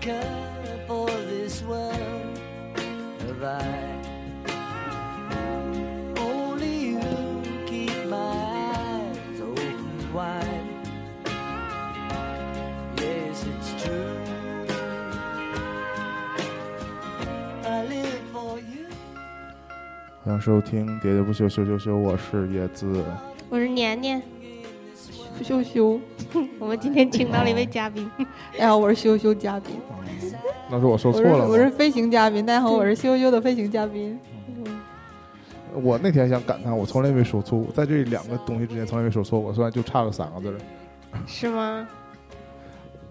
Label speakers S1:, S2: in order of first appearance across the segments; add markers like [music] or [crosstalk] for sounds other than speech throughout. S1: care for this world have I? Only you keep my eyes open wide. Yes, it's true. I live for you.
S2: 欢迎收听《喋喋不休》，休休休，我是叶子。
S3: 我是年年，羞羞，我们今天请到了一位嘉宾，
S4: 大家好，哎我是羞羞嘉宾，
S2: 嗯那是我说
S4: 我
S2: 错
S4: 是
S2: 了吗
S4: 我是飞行嘉宾，大家好，我是羞羞的飞行嘉宾。
S2: 我那天想感叹，我从来没说错，在这两个东西之间从来没说错过，虽然就差个三个字儿，
S3: 是吗？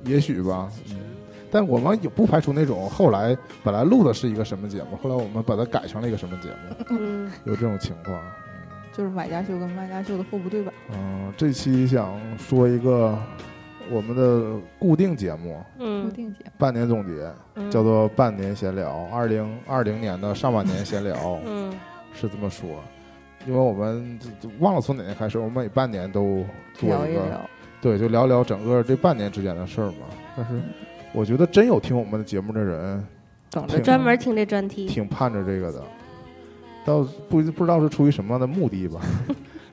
S2: 也许吧。嗯，但我们也不排除那种后来本来录的是一个什么节目，后来我们把它改成了一个什么节
S4: [laughs]
S2: 目，
S3: 嗯，
S2: 有这种情况。
S4: 就是买家秀跟卖家秀的互补对吧？
S2: 嗯，这期想说一个我们的固定节目，
S4: 固
S3: 嗯，
S4: 定节目，
S2: 半年总结，
S3: 嗯
S2: 叫做半年闲聊，二零二零年的上半年闲聊。
S3: 嗯
S2: 是这么说，因为我们就就忘了从哪年开始，我们每半年都做
S4: 聊
S2: 一
S4: 一
S2: 个，
S4: 聊，
S2: 对，就聊聊整个这半年之间的事儿嘛。但
S4: 嗯
S2: 是我觉得真有听我们的节目的人，
S4: 等
S2: 挺
S4: 着
S3: 专门听这专题，
S2: 挺盼着这个的，倒不不知道是出于什么样的目的吧。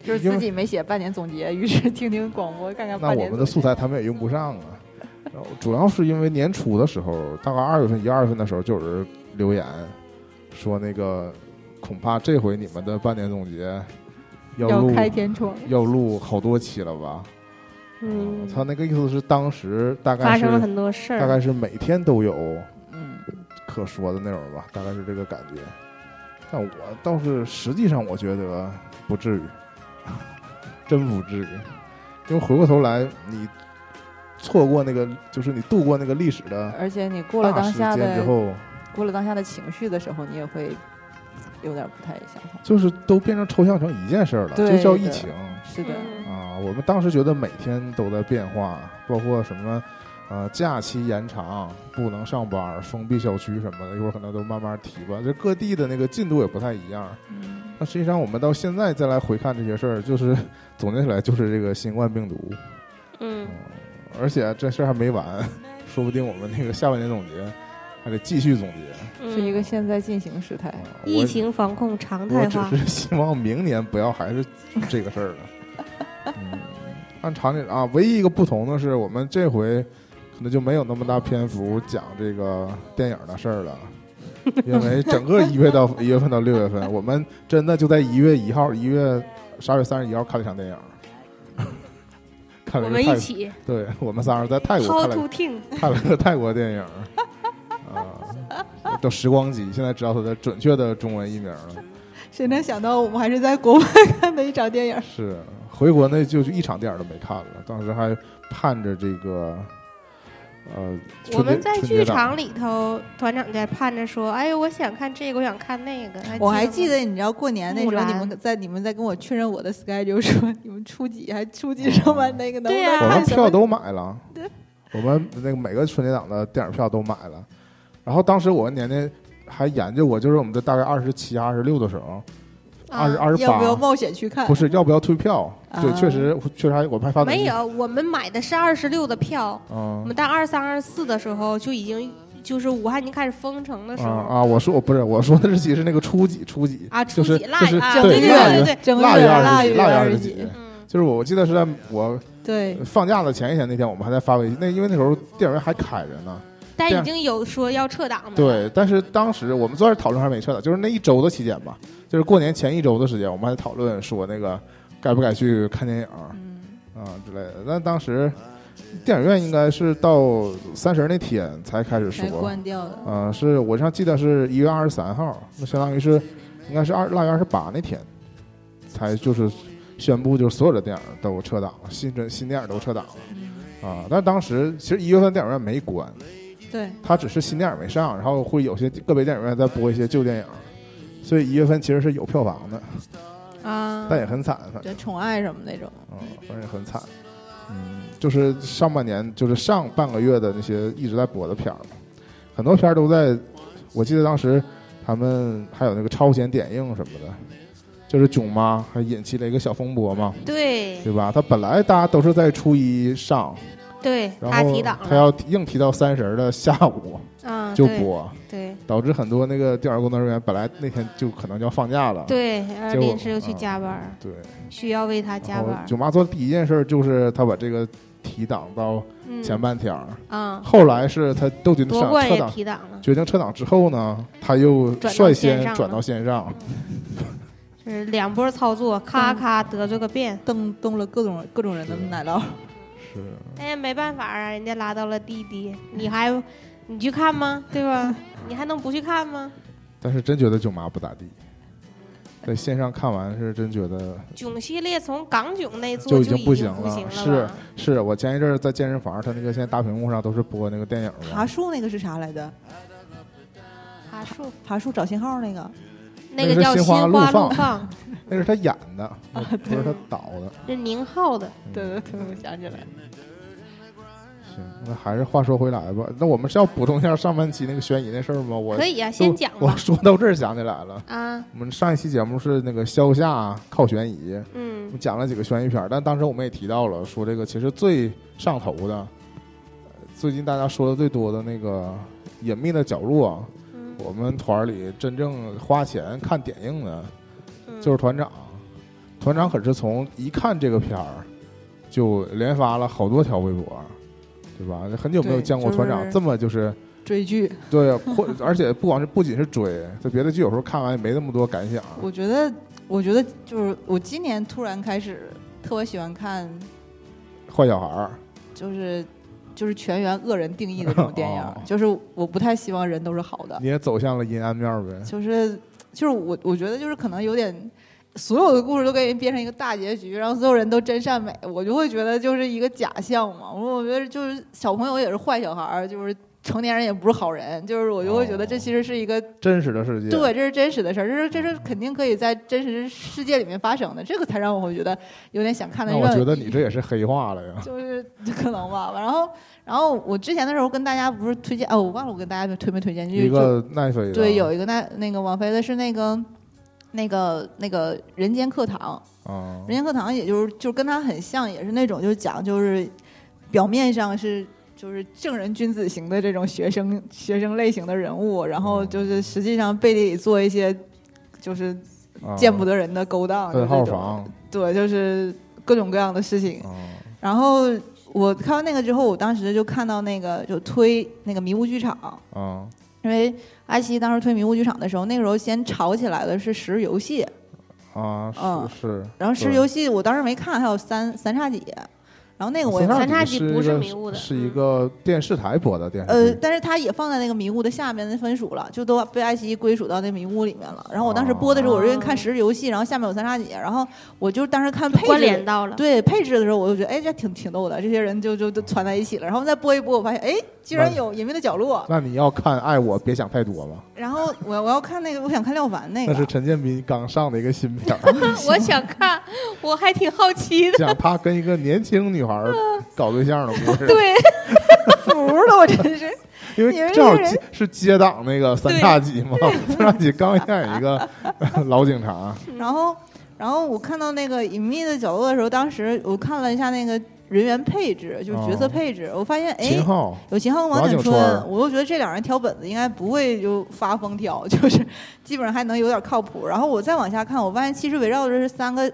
S4: 就是
S2: 因为
S4: 自己没写半年总结，于是听听广播，看看
S2: 那
S4: 半
S2: 我
S4: 年
S2: 们
S4: 总
S2: 的
S4: 结。
S2: 素材他们也用不上
S3: [laughs]
S2: 啊。然后主要是因为年初的时候，大概二月份、一二月份的时候，就有人留言说那个恐怕这回你们的半年总结要
S4: 要
S2: 录
S4: 开天窗，
S2: 要录好多期了吧？啊
S3: 嗯，
S2: 他那个意思是，当时大概
S3: 发
S2: 是
S3: 生了很多事
S2: 大
S3: 儿，
S2: 概是每天都有
S4: 嗯，
S2: 可说的内容吧，大概是这个感觉。但我倒是实际上，我觉得不至于， [laughs] 真不至于，因为回过头来，你错过那个，就是你度过那个历史的
S4: 而且你过了
S2: 大
S4: 当
S2: 时
S4: 下
S2: 间之
S4: 的
S2: 后，
S4: 过了当下的情绪的时候，你也会有点不太想法。
S2: 就是都变成抽象成一件事儿了，
S4: 对
S2: 就叫
S4: 的
S2: 疫情。
S4: 是的，
S3: 嗯
S2: 啊，我们当时觉得每天都在变化，包括什么，呃，假期延长，不能上班，封闭小区什么的，一会儿可能都慢慢提吧。就各地的那个进度也不太一样。
S4: 嗯，
S2: 那实际上我们到现在再来回看这些事儿，就是 [laughs] 总结起来就是这个新冠病毒，
S3: 嗯
S2: 而且这事儿还没完， [laughs] 说不定我们那个下半年总结还得继续总结。
S3: 嗯，
S4: 是一个现在进行时态
S2: 啊。我
S3: 疫情防控常
S2: 我
S3: 态化
S2: 只，是希望明年不要还是这个事儿了。
S3: [laughs]
S2: 嗯，按常理啊，唯一一个不同的是，我们这回可能就没有那么大篇幅讲这个电影的事儿了，
S3: [laughs]
S2: 因为整个一月到一月份到六月份，我们真的就在一月一号、一月十二月三十一号看了一场电影， [laughs] 看了
S3: 我们
S2: 一个泰
S3: 一
S2: 国，
S3: 起
S2: 对我们仨人在泰国
S3: how
S2: 看了
S3: to think，
S2: 看了个泰国电影儿 [laughs] 啊，叫《时光机》，现在知道它的准确的中文译名了。
S4: 谁能想到我们还是在国外看的一场电影？
S2: 是回国内就是一场电影都没看了，当时还盼着这个，呃，春节
S3: 我们在
S2: 春
S3: 剧
S2: 节档
S3: 场里头，团长在盼着说，哎呦，我想看这个，我想看那个，
S4: 我还
S3: 吗
S4: 记得，你知道过年那时候，
S3: 木
S4: 你
S3: 兰
S4: 们在你们在跟我确认我的 schedule，说你们初几还初几上班那个能不
S3: 对啊
S4: 能
S2: 我们
S4: 看什
S2: 票
S4: 么？
S2: 都买了
S4: 对，
S2: 我们那个每个春节档的电影票都买了。然后当时我跟年年还研究过，就是我们在大概二十七、二十六的时候，二十
S3: 啊
S2: 二十
S4: 要
S2: 八
S4: 不，要冒险去看？
S2: 不是要不要退票？对，
S4: 啊
S2: 确实确实还我们还发短
S3: 嗯没
S2: 信，
S3: 有，我们买的是二十六的票，我
S2: 嗯
S3: 们到二三、二四的时候就已经就是武汉已经开始封城的时
S2: 啊
S3: 候
S2: 啊！我说我不是我说的日期是那个初几初几
S3: 啊
S2: 就
S3: 初
S2: 是
S3: 几腊
S2: 就是
S3: 啊
S2: 对
S3: 对
S2: 腊
S3: 对
S2: 月
S3: 对
S4: 正
S2: 腊
S4: 月
S2: 月二
S4: 腊
S2: 十几，
S4: 月
S2: 腊月
S4: 二
S2: 二
S4: 十
S2: 十
S4: 几
S2: 几。
S3: 嗯
S2: 就是我，我记得是在我
S4: 对，
S2: 放假的前一天那天，我们还在发微信，那因为那时候电影院还开着呢。
S3: 但
S2: 这
S3: 已
S2: 样
S3: 经有说要撤档的。，
S2: 对，但是当时我们坐那儿讨论还没撤的，就是那一周的期间吧，就是过年前一周的时间，我们还讨论说那个该不该去看电影啊、
S4: 嗯，
S2: 之类的。但当时电影院应该是到三十那天才开始
S4: 才
S2: 说，
S4: 关掉的。
S2: 嗯、是我上记得是一月二十三号，那相当于是应该是二腊月二十八那天才就是宣布，就是所有的电影都撤档了，新准新电影都撤档了。
S4: 嗯
S2: 啊，但当时其实一月份电影院没关，
S4: 对，
S2: 它只是新电影没上，然后会有些个别电影院在播一些旧电影，所以一月份其实是有票房的，
S4: 啊，
S2: 但也很惨，反正
S4: 就宠爱什么那种。
S2: 嗯，反正也很惨。嗯，就是上半年，就是上半个月的那些一直在播的片儿嘛，很多片儿都在。我记得当时他们还有那个超前点映什么的，就是《囧妈》还引起了一个小风波嘛，
S3: 对
S2: 对吧？它本来大家都是在初一上，
S3: 对
S2: 然
S3: 他
S2: 后
S3: 提档
S2: 他
S3: 了，
S2: 要硬提到三十儿的下午
S3: 嗯，
S2: 就啊
S3: 对
S2: 播，
S3: 对
S2: 导致很多那个电影工作人员本来那天就可能就要放假了，
S3: 对，而
S2: 结果
S3: 临时又去
S2: 嗯
S3: 加班儿，
S2: 对，
S3: 需要为他加
S2: 然后
S3: 班儿。
S2: 九妈做的第一件事就是她把这个提档到
S3: 嗯
S2: 前半天儿，
S3: 啊，
S2: 后来是她斗军
S3: 夺
S2: 上
S3: 冠
S2: 撤
S3: 也
S2: 档，
S3: 提档了，
S2: 决定撤档之后呢，她又
S3: 转到
S2: 率
S3: 线
S2: 先
S3: 上
S2: 转
S3: 了
S2: 到线上，
S3: 就是两波操作，咔
S4: 嗯
S3: 咔得罪个遍。
S4: 蹬蹬了各种各种人的奶酪。
S3: 嗯
S2: 是
S3: 但是没办法啊，人家拉到了弟弟，你还你去看吗？对
S2: [laughs]
S3: 吧？你还能不去看吗？
S2: 但是真觉得囧妈不咋地，在线上看完是真觉得
S3: 囧系列从港囧那一座
S2: 就已
S3: 已
S2: 经
S3: 经
S2: 不
S3: 行
S2: 行了
S3: 行
S2: 是
S3: 吧
S2: 是啊我前一阵儿在健身房，他那个现在大屏幕上都是播那个电影
S4: 爬
S2: 嘛，
S4: 树那个是啥来着？
S3: 爬树
S4: 爬树找信号那
S2: 嗯
S4: 个，
S3: 那
S2: 那
S3: 个
S2: 是
S3: 叫《
S2: 心
S3: 心
S2: 花
S3: 花
S2: 怒
S3: 怒
S2: 放
S3: 放》，
S2: 那是他演的，
S3: 啊
S2: 不是他导的。嗯
S3: 是宁浩的。
S4: 对对对，我想起来了。
S2: 行，那还是话说回来吧，那我们是要补充一下上半期那个悬疑那事儿吗？我
S3: 可以啊，先
S2: 都
S3: 讲
S2: 我
S3: 吧。
S2: 说到这儿想起来了，
S3: 啊，
S2: 我们上一期节目是那个消夏靠悬疑，我
S3: 嗯
S2: 们讲了几个悬疑片儿，但当时我们也提到了，说这个其实最上头的，呃最近大家说的最多的那个《隐秘的角落》，
S3: 嗯
S2: 我们团儿里真正花钱看点映的，
S3: 嗯，
S2: 就是团长。团长可是从一看这个片儿，就连发了好多条微博，对吧？很久没有
S4: 对
S2: 见过
S4: 就
S2: 团长
S4: 是
S2: 这么就是
S4: 追剧，
S2: 对，或而且不光是不仅是追，在别的剧有时候看完也没那么多感想。
S4: 我觉得，我觉得就是我今年突然开始特别喜欢看，
S2: 坏小孩儿，
S4: 就是就是全员恶人定义的这种电
S2: [laughs] 哦
S4: 影，就是我不太希望人都是好的，
S2: 你也走向了阴暗面儿
S4: 嗯
S2: 呗。
S4: 就是就是我我觉得就是可能有点。所有的故事都给你变成一个大结局，然后所有人都真善美，我就会觉得就是一个假象嘛。我我觉得就是小朋友也是坏小孩儿，就是成年人也不是好人，就是我就会觉得这其实是一个
S2: 真实的世界，
S4: 对，这是真实的事儿，这是这是肯定可以在真实世界里面发生的，这个才让我会觉得有点想看的
S2: 那
S4: 愿。
S2: 我觉得你这也是黑化了 [laughs] 呀。
S4: 就是可能吧。然后，然后我之前的时候跟大家不是推荐，哦，我忘了我跟大家推没推荐，就
S2: 一
S4: 就
S2: 个奈飞的，
S4: 对，有一个那那个王菲的是那个那个那个人间课堂，
S2: 啊
S4: 《人间课堂》也就是就是跟他很像，也是那种就是讲就是表面上是就是正人君子型的这种学生学生类型的人物，然
S2: 哦
S4: 后就是实际上背地里做一些就是
S2: 啊
S4: 见不得人的勾当，就是
S2: 问号
S4: 这种
S2: 房
S4: 对，就是各种各样的事情。
S2: 啊，
S4: 然后我看完那个之后，我当时就看到那个就推那个迷雾剧场。
S2: 啊
S4: 因为爱奇艺当时推《迷雾剧场》的时候，那个时候先炒起来的是《食游戏》，
S2: 啊
S4: 嗯
S2: 是是，
S4: 然后《食
S2: 对
S4: 游戏》我当时没看，还有三三叉戟，然后那个我也
S3: 三
S2: 三
S3: 叉戟
S2: 戟
S3: 不
S2: 一
S3: 是
S2: 个
S3: 迷雾的
S2: 是
S3: 嗯
S2: 一个电视台播的电
S4: 呃
S2: 视，剧，
S4: 但是它也放在那个迷雾的下面的分属了，就都被爱奇艺归属到那迷雾里面了。然后我当时播的时候，我是因为看《十日游戏》，然后下面有三叉戟，然后我就当时看配
S3: 关联
S4: 置，
S3: 到了。
S4: 对配置的时候，我就觉得哎，这挺挺逗的，这些人就就都攒在一起了。然后再播一播，我发现哎，竟然有《隐秘的角落
S2: 那你要看《爱我别想太多》嘛，》。
S4: 然后我我要看那个，我想看廖凡那
S2: 那是
S4: 个，
S2: 陈建斌刚上的一个新片儿， [laughs]
S3: [laughs] 我想看，我还挺好奇
S4: [laughs]
S3: 的。
S2: 讲他跟一个年轻女孩儿
S4: 嗯
S2: 搞对象的故事。
S3: 对，
S4: 服了，我真是。
S2: 因
S4: 你们
S2: 为正好
S4: 这人
S2: 接是接档那个三叉戟嘛， [laughs] 三叉戟刚演一
S4: [laughs]
S2: 个老警察，
S4: [laughs] 然后，然后我看到那个《隐秘的角落》的时候，当时我看了一下那个人员配置，就是角色
S2: 哦
S4: 配置，我发现哎
S2: 秦，昊
S4: 有秦昊跟王
S2: 王
S4: 景
S2: 景
S4: 春
S2: 春，
S4: 我又觉得这两人挑本子应该不会就发疯挑， [laughs] 就是基本上还能有点靠谱。然后我再往下看，我发现其实围绕的是三个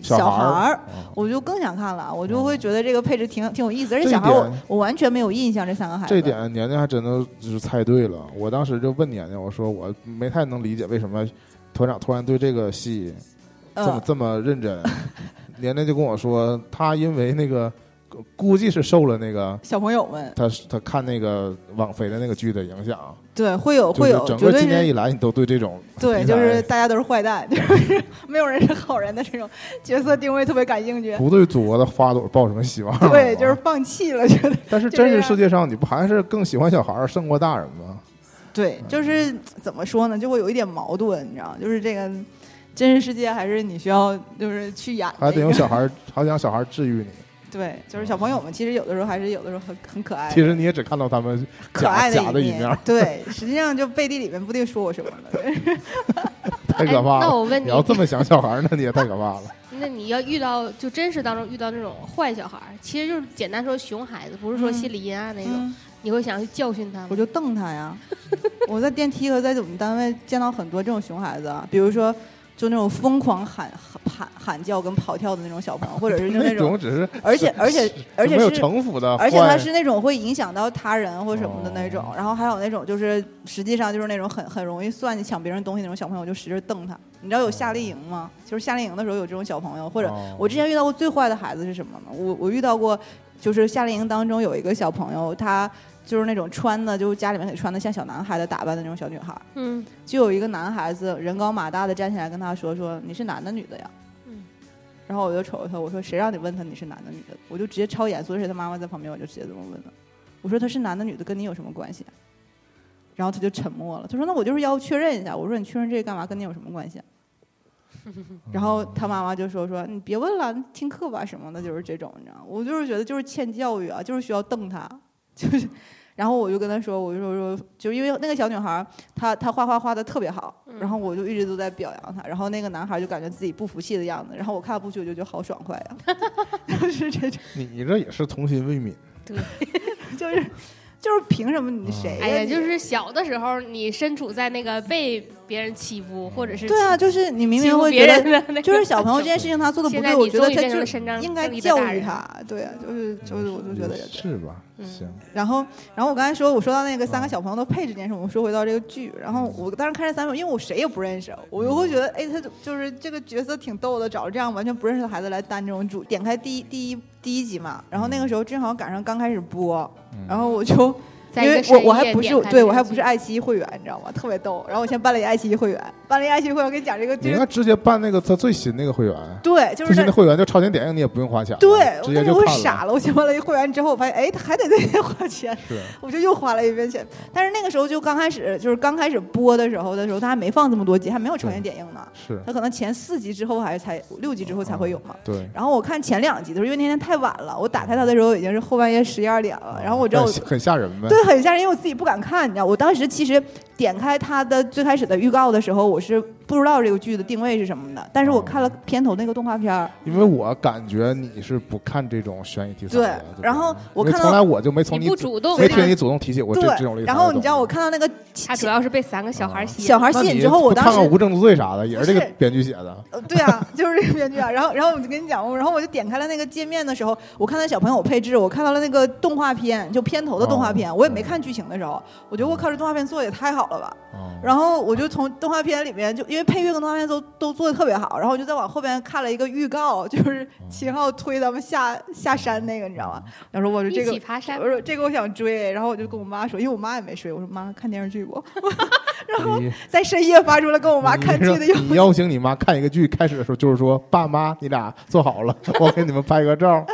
S2: 小
S4: 小
S2: 孩儿
S4: 孩儿。
S2: 啊
S4: 我就更想看了，我就会觉得这个配置挺挺有意思，而
S2: 这
S4: 且
S2: 一
S4: 小孩儿我
S2: 点
S4: 我完全没有印象这三个孩子。
S2: 这点年年还真的就是猜对了。我当时就问年年，我说我没太能理解为什么团长突然对这个戏这么、
S4: 嗯，
S2: 这么认
S4: [laughs]
S2: 真。年年就跟我说，他因为那个估计是受了那个
S4: 小朋友们
S2: 他他看那个网飞的那个剧的影响，
S4: 对会有
S2: 就
S4: 哦会
S2: 是
S4: 有，
S2: 整
S4: 绝
S2: 个
S4: 对
S2: 今年
S4: 是
S2: 以来你都对这种
S4: 对，
S2: 题
S4: 就
S2: 材
S4: 是大家都是坏蛋， [laughs] 就是没有人是好人的这种角色定位特别感兴趣。
S2: 不对祖国的花朵抱什么希望？啊
S4: 对，就是放弃了，觉
S2: [laughs]
S4: 得
S2: 但是
S4: 就
S2: 真
S4: 这
S2: 实
S4: 样
S2: 世界上，你不还是更喜欢小孩儿胜过大人吗？
S4: 对，就是怎么说呢，就会有一点矛盾，你知道，就是这个真实世界还是你需要就是去演、这个，
S2: 还得用小孩儿，还得让小孩儿治愈你。
S4: 对，就是小朋友们其实有的时候还是有的时候很很可爱的，
S2: 其实你也只看到他们
S4: 哎可爱
S2: 假假的
S4: 一 [laughs]
S2: 一面儿， [laughs]
S4: 对，实际上就背地里面不定说我什么了，
S2: 太可怕
S3: 哎。那
S2: 了。
S3: 我问
S2: 你
S3: 你，
S2: 要这么想小孩儿，那你也太可怕了。
S3: 那你要遇到就真实当中遇到那种坏小孩儿，其实就是简单说熊孩子，不是说
S4: 嗯
S3: 心理阴暗那种，
S4: 嗯
S3: 你会想去教训他
S4: 我
S3: 吗？
S4: 就瞪他呀。 [laughs] 我在电梯和在我们单位见到很多这种熊孩子啊，比如说就那种疯狂喊喊喊叫跟跑跳的那种小朋友，或者是 [laughs] 就那
S2: 那
S4: 种，
S2: 种只是
S4: 而且而
S2: [laughs]
S4: 且而且
S2: 没有
S4: 是。
S2: 城府的坏，
S4: 而且他是那种会影响到他人或什么的那种，
S2: 哦
S4: 然后还有那种就是实际上就是那种很很容易算计抢别人东西那种小朋友，我就使劲瞪他。你知道有夏令营吗？就是夏令营的时候有这种小朋友，或者
S2: 哦
S4: 我之前遇到过最坏的孩子是什么呢？我我遇到过，就是夏令营当中有一个小朋友，她就是那种穿的，就是家里面给穿的像小男孩的打扮的那种小女孩，
S3: 嗯，
S4: 就有一个男孩子人高马大的站起来跟她说说你是男的女的呀？
S3: 嗯
S4: 然后我就瞅着他，我说谁让你问他你是男的女的？我就直接超严肃，而且他妈妈在旁边，我就直接这么问了，我说他是男的女的跟你有什么关系啊？然后他就沉默了，他说那我就是要确认一下，我说你确认这个干嘛？跟你有什么关系啊？ [laughs] 然后他妈妈就说说你别问了，你听课吧什么的，就是这种，你知道吗，我就是觉得就是欠教育啊，就是需要瞪他，就是， [laughs] 然后我就跟他说，我就说说，就因为那个小女孩儿她她画画画的特别好，
S3: 嗯
S4: 然后我就一直都在表扬她，然后那个男孩儿就感觉自己不服气的样子，然后我看不去我就觉得好爽快
S3: [laughs]
S4: 呀、就是这种，
S2: 你你这也是童心未泯。
S4: 就是就是凭什么你谁呀、
S3: 哎呀，
S4: 你
S3: 就是小的时候你身处在那个被别人欺负或者是
S4: 对啊，就是你明明会
S3: 欺负别
S4: 觉
S3: 人
S4: 得。
S3: 的那个
S4: 就是小朋友这件事情他做的
S3: [laughs]
S4: 不
S3: 现在
S4: 对，我
S3: 你
S4: 觉得
S3: 终于
S4: 他
S3: 变成
S4: 就
S3: 了伸张
S4: 应该
S3: 正义的
S4: 教
S3: 大
S4: 育
S3: 人
S4: 他，对啊，就是就是，我就觉得
S2: 也是吧，
S3: 嗯
S2: 行，
S4: 然后，然后我刚才说，我说到那个三个小朋友的配置这件事，我们说回到这个剧。然后我当时看这三本，因为我谁也不认识，我就会觉得，哎，他就就是这个角色挺逗的，找了这样完全不认识的孩子来担这种主。点开第一第一第一集嘛，然后那个时候正好赶上刚开始播，
S2: 嗯
S4: 然后我就
S3: 在
S4: 因
S3: 一
S4: 为
S3: 个
S4: 我
S3: 深
S4: 我还
S3: 夜
S4: 不是
S3: 点开
S4: 对
S3: 这
S4: 我
S3: 个
S4: 还不
S3: 剧
S4: 是爱奇艺会员，你知道吗？特别逗。然后我先办了一个爱奇艺会员，办了一个爱奇艺会员，我跟你讲这个
S2: 你
S4: 剧
S2: 应，该直接办那个他最新那个会员，
S4: 对，就
S2: 最
S4: 是
S2: 新
S4: 那
S2: 的会员就超前点映，你也不用花钱了，
S4: 对，
S2: 直
S4: 我
S2: 接
S4: 当时
S2: 就
S4: 我
S2: 看
S4: 傻了，我先办了一个会员之后，我发现，哎，他还得再花钱。
S2: 是，
S4: 我就又花了一遍钱。但是那个时候就刚开始，就是刚开始播的时候的时候，他还没放这么多集，还没有超前点映呢。
S2: 是，
S4: 他可能前四集之后还才六集之后才会有嘛。
S2: 对。
S4: 然后我看前两集的时候，因为那天太晚了，我打开它的时候已经是后半夜十一二点
S2: 哦
S4: 了。然后我知道我
S2: 嗯但是很吓人呗，
S4: 对，很吓人，因为我自己不敢看，你知道，我当时其实点开它的最开始的预告的时候，我是不知道这个剧的定位是什么的，但是我看了片头那个动画片儿，
S2: 因为我感觉你是不看这种悬疑题材的，
S4: 对
S2: 吧
S4: 然后我
S2: 因为
S4: 看到
S2: 从来我就没从
S3: 你
S2: 你
S3: 不主动
S2: 没
S3: 看
S2: 听你主动提起过这这种类似的
S4: 对。然后你
S2: 东
S4: 知道，
S2: 西
S4: 我看到那个
S3: 他主要是被三个小孩吸引，
S4: 哦小孩
S2: 那
S4: 吸引
S2: 你
S4: 之后，我
S2: 不
S4: 当
S2: 看
S4: 时
S2: 看无证之罪啥的，也是这个
S4: 不是
S2: 编剧写的，
S4: 呃，对啊， [laughs] 就是这个编剧啊。然后，然后我就跟你讲，然后我就点开了那个界面的时候，我看到小朋友配置，我看到了那个动画片，就片头的动画片，我也没看剧情的时候，我觉得我靠，这动画片做的也太好了吧。
S2: 哦
S4: 然后我就从动画片里面就因为配乐跟动画片都都做的特别好，然后我就再往后边看了一个预告，就是秦昊推咱们下下山那个，你知道
S2: 哦
S4: 吗？
S2: 嗯
S4: 然后说我说
S3: 一
S4: 这个
S3: 起爬山
S4: 我。说这个我想追，然后我就跟我妈说，因为我妈也没睡，我说妈看电视剧不？ [laughs] 然后
S2: 你
S4: 在深夜发出了跟我妈
S2: 哎你
S4: 看剧
S2: 说
S4: 的要
S2: 你邀请你妈看一个剧，开始的时候就是说：“爸妈，你俩坐好了，我给你们拍个
S4: [laughs]
S2: 照。”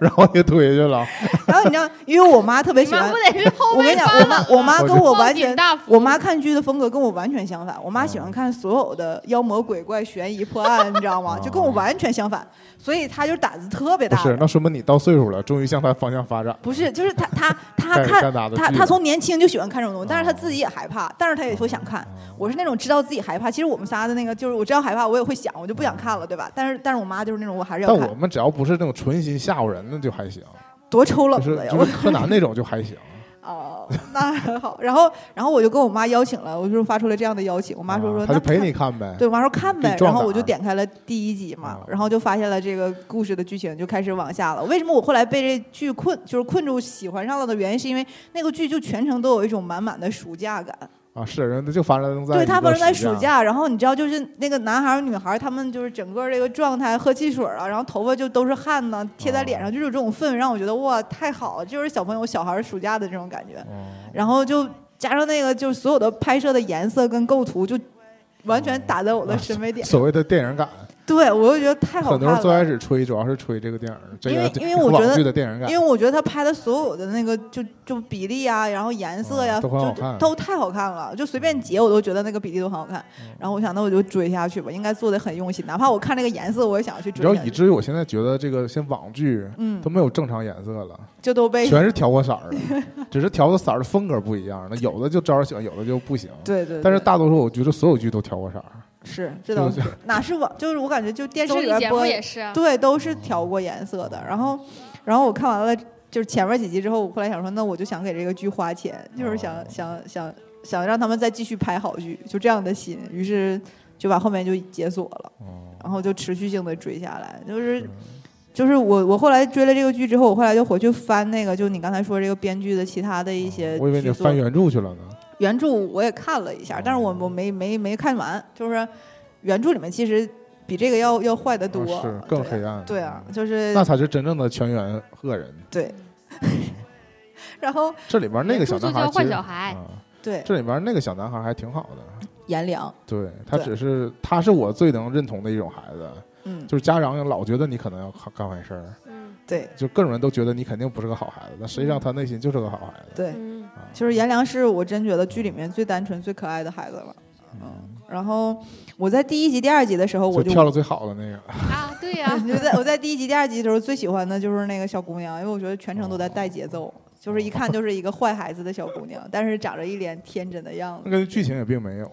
S2: 然后就推下去了。
S4: 然后你知道，因为我妈特别
S3: 你
S4: 喜
S3: 妈
S4: 欢
S3: 不，得是后
S4: 我跟
S3: 背
S4: 你讲，
S3: 发
S4: 我妈我妈跟我完
S3: 抱
S4: 全
S3: 紧大，福
S4: 我妈看剧的风格跟我完全相反。我
S2: 嗯
S4: 妈喜欢看所有的妖魔鬼怪、悬疑破案，你知道
S2: [laughs]
S4: 吗？就跟我完全相反，所以她就胆子特别
S2: 啊不
S4: 大。
S2: 是，那说明你到岁数了，终于向他方向发展。
S4: 不是，就是她她她
S2: [laughs] 开始
S4: 看
S2: 看她的
S4: 她
S2: 剧
S4: 她
S2: 了啊
S4: 从年轻就喜欢看这种东西，但是她自己也害怕，但是她也会想看。
S2: 嗯
S4: 我是那种知道自己害怕，其实我们仨的那个就是我知道害怕，我也会想，我就不想看了，对吧？但是但是我妈就是那种我还是要
S2: 但
S4: 看
S2: 我，们只要不是那种纯心吓唬人的就还行，
S4: 多抽冷
S2: 就是
S4: 的呀！
S2: 就
S4: 我
S2: 是柯南那种就还行。
S4: 哦，那很好。然后，然后我就跟我妈邀请了，我就发出了这样的邀请。我妈说
S2: 啊
S4: 说，
S2: 他
S4: 那
S2: 就陪
S4: 看
S2: 你。看呗。
S4: 对，我妈说看
S2: 给
S4: 呗
S2: 你，壮
S4: 然后我
S2: 胆
S4: 就
S2: 儿
S4: 点开了第一集嘛
S2: 啊，
S4: 然后就发现了这个故事的剧情，就开始往下了。为什么我后来被这剧困，就是困住喜欢上了的原因，是因为那个剧就全程都有一种满满的暑假感。
S2: 啊，是人家就发生在
S4: 对，
S2: 一
S4: 他
S2: 个
S4: 们是在
S2: 暑
S4: 暑假，然后你知道，就是那个男孩儿、女孩儿，他们就是整个这个状态，喝汽水儿啊，然后头发就都是汗呢，贴在
S2: 啊
S4: 脸上，就是有这种氛围，让我觉得哇，太好了，就是小朋友小孩儿暑假的这种感觉。
S2: 哦
S4: 然后就加上那个，就是所有的拍摄的颜色跟构图，就完全打在我的审美点。
S2: 所谓的电影感，
S4: 啊对我就觉得太好
S2: 很
S4: 看
S2: 多
S4: 了。
S2: 人最开始吹主要是吹这个电影，这
S4: 因
S2: 个
S4: 为因为我觉得
S2: 网剧的电影感
S4: 因为我觉得他拍的所有的那个就就比例啊，然后颜色
S2: 嗯
S4: 呀、
S2: 都很好看
S4: 就都太好看了，就随便截我都觉得那个比例都很好看。
S2: 嗯
S4: 然后我想，那我就追下去吧，应该做的很用心，哪怕我看那个颜色，我也想要去
S2: 你知道，
S4: 追下
S2: 以
S4: 去。
S2: 至于我现在觉得这个些网剧
S4: 嗯哎
S2: 都，没有正常颜色了，
S4: 就都被
S2: 全是调过色儿
S4: [laughs]
S2: 的，只是调的色儿的风格不一样。那有的就招人喜欢，有的就不行。
S4: 对对对
S2: 但是大多数我觉得所有剧都调过色儿，
S4: 是这 [laughs] 倒
S2: 就是
S4: 哪是网，就是我感觉就电视
S5: 综艺
S4: 里边
S5: 节
S4: 播
S5: 目也是啊，
S4: 对，都是调过颜色的。然后，然后我看完了，就是前面几集之后，我后来想说，那我就想给这个剧花钱，就是想、
S2: 哦
S4: 想想想让他们再继续拍好剧，就这样的心。于是就把后面就解锁了，
S2: 哦
S4: 然后就持续性的追下来，就是。就是我，我后来追了这个剧之后，我后来就回去翻那个，就你刚才说这个编剧的其他的一些剧作。
S2: 哦嗯我以为你翻原哦著去了呢。
S4: 原著我也看了一下，但是我我没没没看完，就是原著里面其实比这个要要坏的多，
S2: 啊是更黑暗嗯
S4: 对啊，就是
S2: 那才是真正的全员恶人。
S4: [laughs] 对。然后
S2: 这里边那个小男
S5: 原
S2: 孩
S5: 著就叫
S2: 其实
S5: 坏小孩
S2: 嗯
S4: 对
S2: 这里边那个小男孩还挺好的。
S4: 颜良，
S2: 对他
S4: 对
S2: 只是他是我最能认同的一种孩子，
S4: 嗯，
S2: 就是家长老觉得你可能要干干坏事儿，
S3: 嗯
S4: 对
S2: 就各种人都觉得你肯定不是个好孩子，但实际上他内心就是个好孩子。
S4: 对，
S3: 嗯，
S2: 啊
S4: 就是颜良是我真觉得剧里面最单纯、最可爱的孩子了。嗯，然后我在第一集、第二集的时候，我
S2: 就
S4: 就
S2: 跳的最好的那个， [laughs]
S5: 啊，对呀、
S4: 我就 [laughs] 在我在第一集、第二集的时候最喜欢的就是那个小姑娘，因为我觉得全程都在带节奏，
S2: 嗯
S4: 就是一看就是一个坏孩子的小姑娘，但是长着一脸天真的样
S2: 那
S4: 子。
S2: 个剧情也并没有。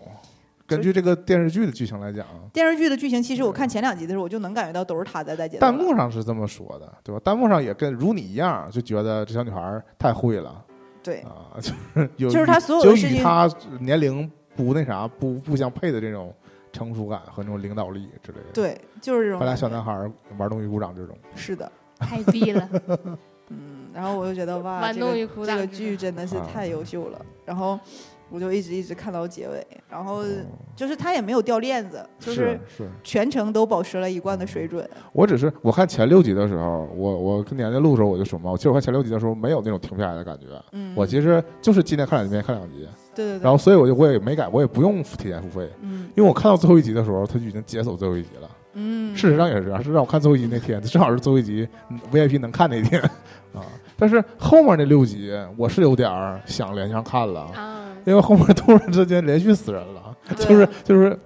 S2: 根据这个电视剧的剧情来讲，
S4: 电视剧的剧情，其实我看前两集的时候，我就能感觉到都是她在带节奏了。
S2: 弹幕上是这么说的，对吧？弹幕上也跟如你一样，就觉得这小女孩儿太会了
S4: 对
S2: 啊， [laughs] 就是有
S4: 就是她所有的
S2: 就
S4: 事
S2: 与
S4: 情
S2: 她年龄不那啥不不相配的这种成熟感和那种领导力之类的。，
S4: 对，就是这种
S2: 把俩
S4: 感觉。
S2: 小男孩儿玩弄于股掌之中，
S4: 是的，
S5: 太低了，
S4: 嗯，然后我就觉得哇，
S5: 玩
S4: 这个
S5: 弄于股
S4: 这
S5: 掌
S4: 个
S5: 之
S4: 剧
S5: 中
S4: 真的是
S2: 啊
S4: 太优秀了。然后我就一直一直看到结尾，然后
S2: 嗯
S4: 就是他也没有掉链子，就是
S2: 是。
S4: 全程都保持了一贯的水准。
S2: 我只是我看前六集的时候，我我跟年年录的时候我就说嘛，我其实我看前六集的时候没有那种停不下来的感觉，
S4: 嗯，
S2: 我其实就是今天看两集，明天看两集，
S4: 对对对，
S2: 然后所以我就我也没改，我也不用提前付费，
S4: 嗯
S2: 因为我看到最后一集的时候，他就已经解锁最后一集了。
S4: 嗯，
S2: 事实上也是这样，是让我看最后一集那天，正好是最后一集嗯 VIP 能看那天啊。但是后面那六集我是有点儿想连上看了，
S5: 啊，
S2: 因为后面突然之间连续死人了，
S4: 对
S2: 就是就是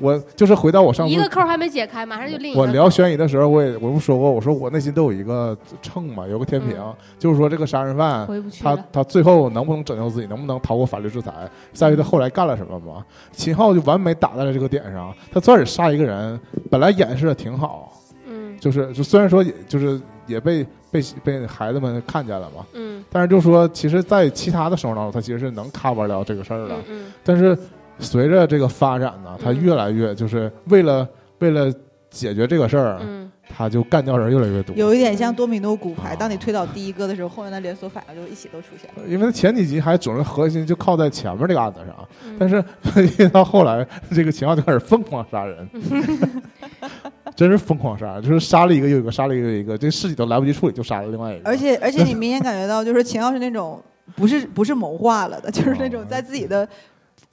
S2: 我就是回到我上次
S5: 一个扣还没解开，马上就另一个。
S2: 我聊悬疑的时候，我也我不说过，我说我内心都有一个秤嘛，有个天平，就是说这个杀人犯。
S5: 嗯回不去
S2: 他
S5: 了，
S2: 他最后能不能拯救自己，能不能逃过法律制裁，在
S5: 嗯
S2: 于他后来干了什么嘛。秦昊就完美打在了这个点上，他最开始杀一个人，本来掩饰的挺好，
S5: 嗯
S2: 就是就虽然说也就是也被被被孩子们看见了嘛，
S5: 嗯
S2: 但是就说其实，在其他的生活当中，他其实是能 cover 了这个事儿的
S5: 嗯。嗯，
S2: 但是随着这个发展呢，他
S5: 嗯
S2: 越来越就是为了为了解决这个事儿，
S5: 嗯，
S2: 他就干掉人越来越多。
S4: 有一点像多米诺骨
S2: 啊
S4: 牌，当你推倒第一个的时候，后面的连锁反应就一起都出现了。
S2: 因为他前几集还总是核心就靠在前面这个案子上，
S5: 嗯
S2: 但是 [laughs] 一到后来，这个秦昊就开始疯狂杀人，真是疯狂杀，就是杀了一个又一个，杀了一个又一个，这事情都来不及处理就杀了另外一个。
S4: 而且而且你明显感觉到，就是秦昊是那种不是不是谋划了的，就是那
S2: 哦
S4: 种在自己的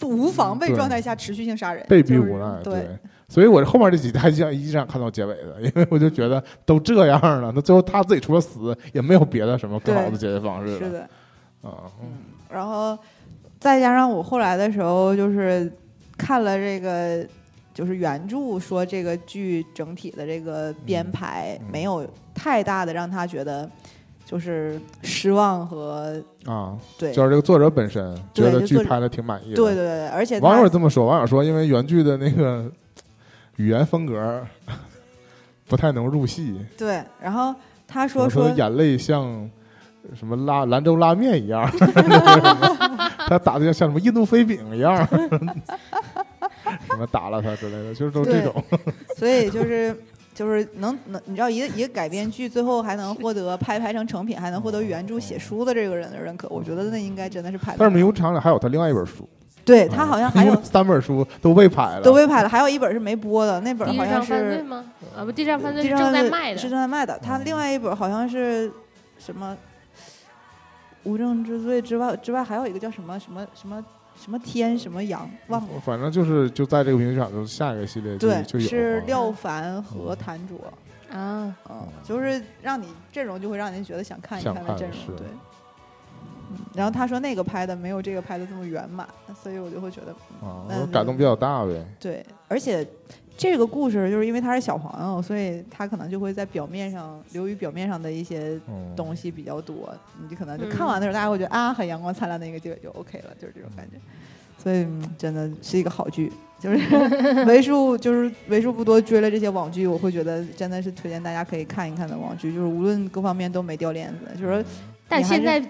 S4: 无防备
S2: 对
S4: 状态下持续性杀人，
S2: 被逼
S4: 就是
S2: 无奈，
S4: 对。
S2: 所以我后面这几集还想一直想看到结尾的，因为我就觉得都这样了，那最后他自己除了死也没有别的什么更好的解决方式
S4: 是
S2: 了
S4: 的，
S2: 啊。
S4: 然后再加上我后来的时候，就是看了这个，就是原著说这个剧整体的这个编排
S2: 嗯嗯
S4: 没有太大的让他觉得就是失望和
S2: 啊，
S4: 嗯对
S2: 就是这个作者本身
S4: 对
S2: 觉得
S4: 就
S2: 剧
S4: 作者
S2: 拍的挺满意的。
S4: 对对对对，而且
S2: 网友
S4: 他
S2: 这么说，网友说，因为原剧的那个 [laughs] 语言风格 [laughs] 不太能入戏，
S4: 对，然后他
S2: 可能他
S4: 说说
S2: 的眼泪像什么拉兰州拉面一样，
S4: [laughs]
S2: 他打的像像什么印度飞饼一样，什么打了他之类的，就是都这
S4: 对
S2: 种。
S4: 所以
S2: [laughs]
S4: 就是就是能能，你知道一个一个改编剧最后还能获得拍拍成成品，还能
S2: 哦
S4: 获得原著写书的这个人的认可，我觉得那应该真的是拍得
S2: 但是
S4: 好。
S2: 迷雾厂里还有他另外一本书，啊
S4: 对他好像还有
S2: 三本书都被拍了，
S4: 都被拍了，还有一本是没播的，那本
S5: 地
S4: 好像
S5: 上犯罪
S4: 是
S5: 吗？啊不，地上犯罪
S4: 地
S5: 是
S4: 上
S5: 正在
S4: 是
S5: 卖
S4: 是正
S5: 的，
S4: 在卖的。
S2: 嗯
S4: 他另外一本好像是什么无证之罪之外之外，还有一个叫什么什么什么什么天什么阳忘了，
S2: 反正就是就在这个评选中，下一个系列就
S4: 对，
S2: 就有嗯
S4: 是
S2: 啊
S4: 廖凡和谭卓，
S5: 啊，
S4: 嗯，就是让你阵容就会让您觉得想看一
S2: 想
S4: 看的
S2: 看
S4: 阵
S2: 是
S4: 容，对。嗯然后他说那个拍的没有这个拍的这么圆满，所以我就会觉得
S2: 啊，
S4: 嗯
S2: 我感动比较大呗。
S4: 对，而且这个故事就是因为他是小朋友，所以他可能就会在表面上流于表面上的一些
S2: 嗯，
S4: 东西比较多，你就可能就
S5: 嗯
S4: 看完的时候，大家会觉得啊，很阳光灿烂的一个结尾就 OK 了，就是这种感觉。所以、嗯真的是一个好剧，就是 [laughs] 为数就是为数不多追了这些网剧，我会觉得真的是推荐大家可以看一看的网剧，就是无论各方面都没掉链子，就是
S2: 嗯
S4: 说
S5: 但
S4: 你还
S5: 现
S4: 是
S5: 在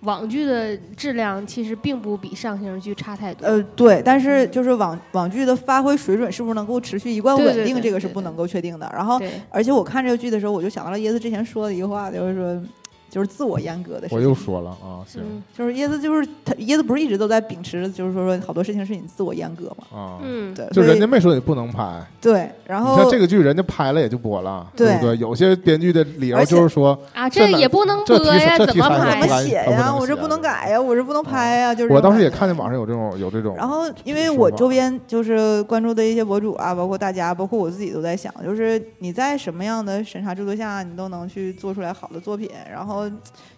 S5: 网剧的质量其实并不比上星剧差太多。
S4: 呃，对，但是就是网网剧的发挥水准是不是能够持续一贯
S5: 对
S4: 稳
S5: 对
S4: 定，
S5: 对
S4: 这个
S5: 对
S4: 是不
S5: 对
S4: 能够确定的。然后
S5: 对，
S4: 而且我看这个剧的时候，我就想到了椰子之前说的一句话，就是说，就是自我阉割的事
S2: 我
S4: 情。
S2: 又说了啊，行
S5: 嗯
S4: 就是椰子，就是他，椰子不是一直都在秉持，就是说说好多事情是你自我阉割嘛？
S2: 啊，
S5: 嗯，
S4: 对，
S2: 就
S4: 所以
S2: 人家没说你不能拍，
S4: 对，然
S2: 你
S4: 后
S2: 像这个剧人家拍了也就播了，对不
S4: 对
S2: 对？有些编剧的理由
S4: 而且
S2: 就是说，
S5: 啊，
S2: 这
S5: 这
S2: 哪
S5: 也不能
S2: 这
S5: 播
S2: 题
S5: 呀，
S2: 这
S5: 怎
S2: 题
S5: 么
S2: 材
S4: 我
S2: 怎
S4: 怎
S5: 拍
S2: 么？
S4: 么
S2: 来
S4: 写
S2: 我不
S4: 呀？
S2: 能
S4: 我这
S2: 写
S4: 不能
S2: 对
S4: 改呀，我这不能拍呀，就是这
S2: 我
S4: 种
S2: 当时也
S4: 感觉
S2: 看见网上有这种有这种，
S4: 然后，因为我
S2: 说法
S4: 周边就是关注的一些博主啊，包括大家，包括我自己都在想，就是你在什么样的审查制度下，你都能去做出来好的作品。然后，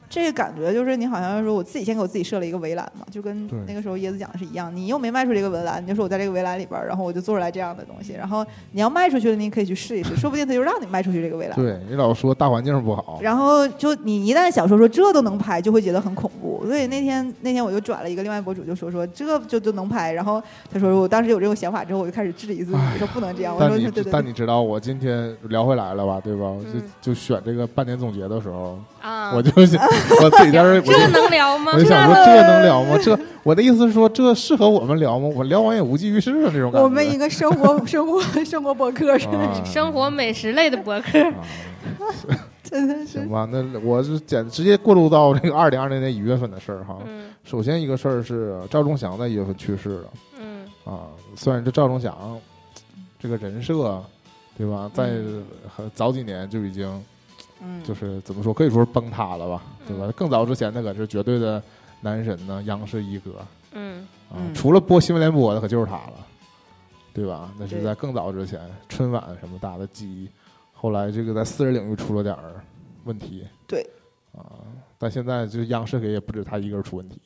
S4: 这个感觉就是你好像说我自己先给我自己设了一个围栏嘛，就跟
S2: 对
S4: 那个时候椰子讲的是一样，你又没迈出这个围栏，你就说我在这个围栏里边儿，然后我就做出来这样的东西。然后你要迈出去了，你可以去试一试，说不定他就让你迈出去这个围栏。
S2: 对你老说大环境不好，
S4: 然后就你一旦想说说这都能拍，就会觉得很恐怖。所以那天那天我就转了一个另外博主，就说说这就都能拍。然后他说我当时有这种想法之后，我就开始质疑自己，说不能这样。我
S2: 但
S4: 说
S2: 你
S4: 对对
S2: 但
S4: 对，
S2: 你知道我今天聊回来了吧，对吧？
S5: 嗯
S2: 就就选这个半年总结的时候，
S5: 啊，
S2: 我就
S4: [laughs]
S2: 想我自己在这儿，我
S5: 这
S2: 就
S5: 能聊吗
S2: 我？就想说这能聊
S4: [laughs]
S2: 吗？这我的意思是说这适合我们聊吗？我聊完也无济于事啊，这种感觉。
S4: 我们一个生活生活生活博客是
S2: [laughs] 啊
S5: [laughs] 生活美食类的博客，
S4: [laughs]
S2: 啊
S4: 真的是
S2: 行吧，那我是简直接过渡到这个二零二零年一月份的事儿哈。
S5: 嗯
S2: 首先一个事儿是赵忠祥在一月份去世了。
S5: 嗯
S2: 啊，虽然这赵忠祥这个人设，对吧，在
S4: 嗯
S2: 很早几年就已经
S4: 嗯，
S2: 就是怎么说，可以说是崩塌了吧，对吧
S5: 嗯？
S2: 更早之前那可是绝对的男神呢，央视一哥
S5: 嗯
S2: 啊，
S4: 嗯
S2: 除了播新闻联播的可就是他了，对吧？那是
S4: 对
S2: 在更早之前，春晚什么大的记忆，后来这个在私人领域出了点儿问题，
S4: 对
S2: 啊，但现在就是央视给也不止他一个人出问
S4: [laughs]
S2: 题。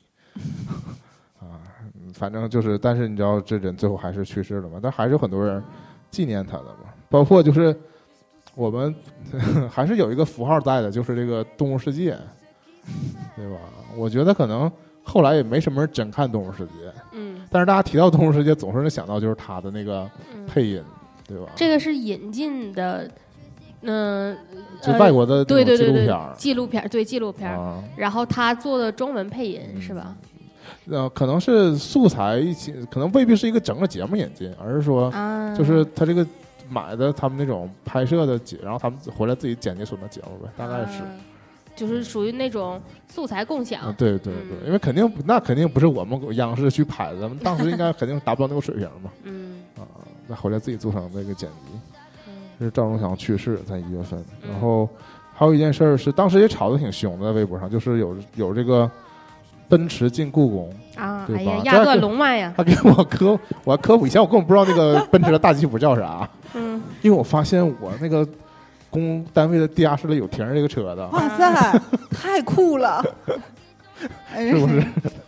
S2: 啊，嗯反正就是，但是你知道这人最后还是去世了嘛？但还是有很多人纪念他的嘛，包括就是我们 [laughs] 还是有一个符号在的，就是这个《动物世
S4: [laughs]
S2: 界》，对吧？我觉得可能后来也没什么人真看《动物世界》，
S5: 嗯
S2: 但是大家提到《动物世界》，总是能想到就是他的那个
S5: 嗯，
S2: 配音，对吧？
S5: 这个是引进的，嗯，
S2: 就
S5: 呃
S2: 外国的
S5: 对
S2: 那种
S5: 对
S2: 纪
S5: 对
S2: 录
S5: 对
S2: 片儿
S5: 纪录片儿对纪录片儿，
S2: 啊，
S5: 然后他做的中文配音
S2: 嗯
S5: 是吧？
S2: 呃，可能是素材一起，可能未必是一个整个节目引进，而是说
S5: 啊，
S2: 就是他这个买的他们那种拍摄的节，然后他们回来自己剪辑出的节目呗，大概是。
S5: 啊就是属于那种素材共
S2: 啊
S5: 享，，
S2: 对对
S5: 嗯
S2: 对，因为肯定不那肯定不是我们央视去拍的，咱们当时应
S5: [laughs]
S2: 该肯定达不到那个水平嘛。
S5: 嗯
S2: 啊，那回来自己做成这个剪辑。
S5: 嗯
S2: 这是赵忠祥去世在一月份，
S5: 嗯
S2: 然后还有一件事儿是当时也吵得挺凶的，在微博上就是有有这个奔驰进故宫，
S5: 啊，
S2: 对
S5: 哎呀
S2: 吧，
S5: 压断龙脉
S2: [laughs]
S5: 呀，
S2: 他给我科我还科普，以前我根本不知道那个奔驰的大吉普叫啥，
S5: 嗯，
S2: 因为我发现我那个公单位的地下室里有停着这个车的，
S5: 哦
S4: 哇塞，太酷
S2: [laughs]
S4: 了，哎
S2: 是不是？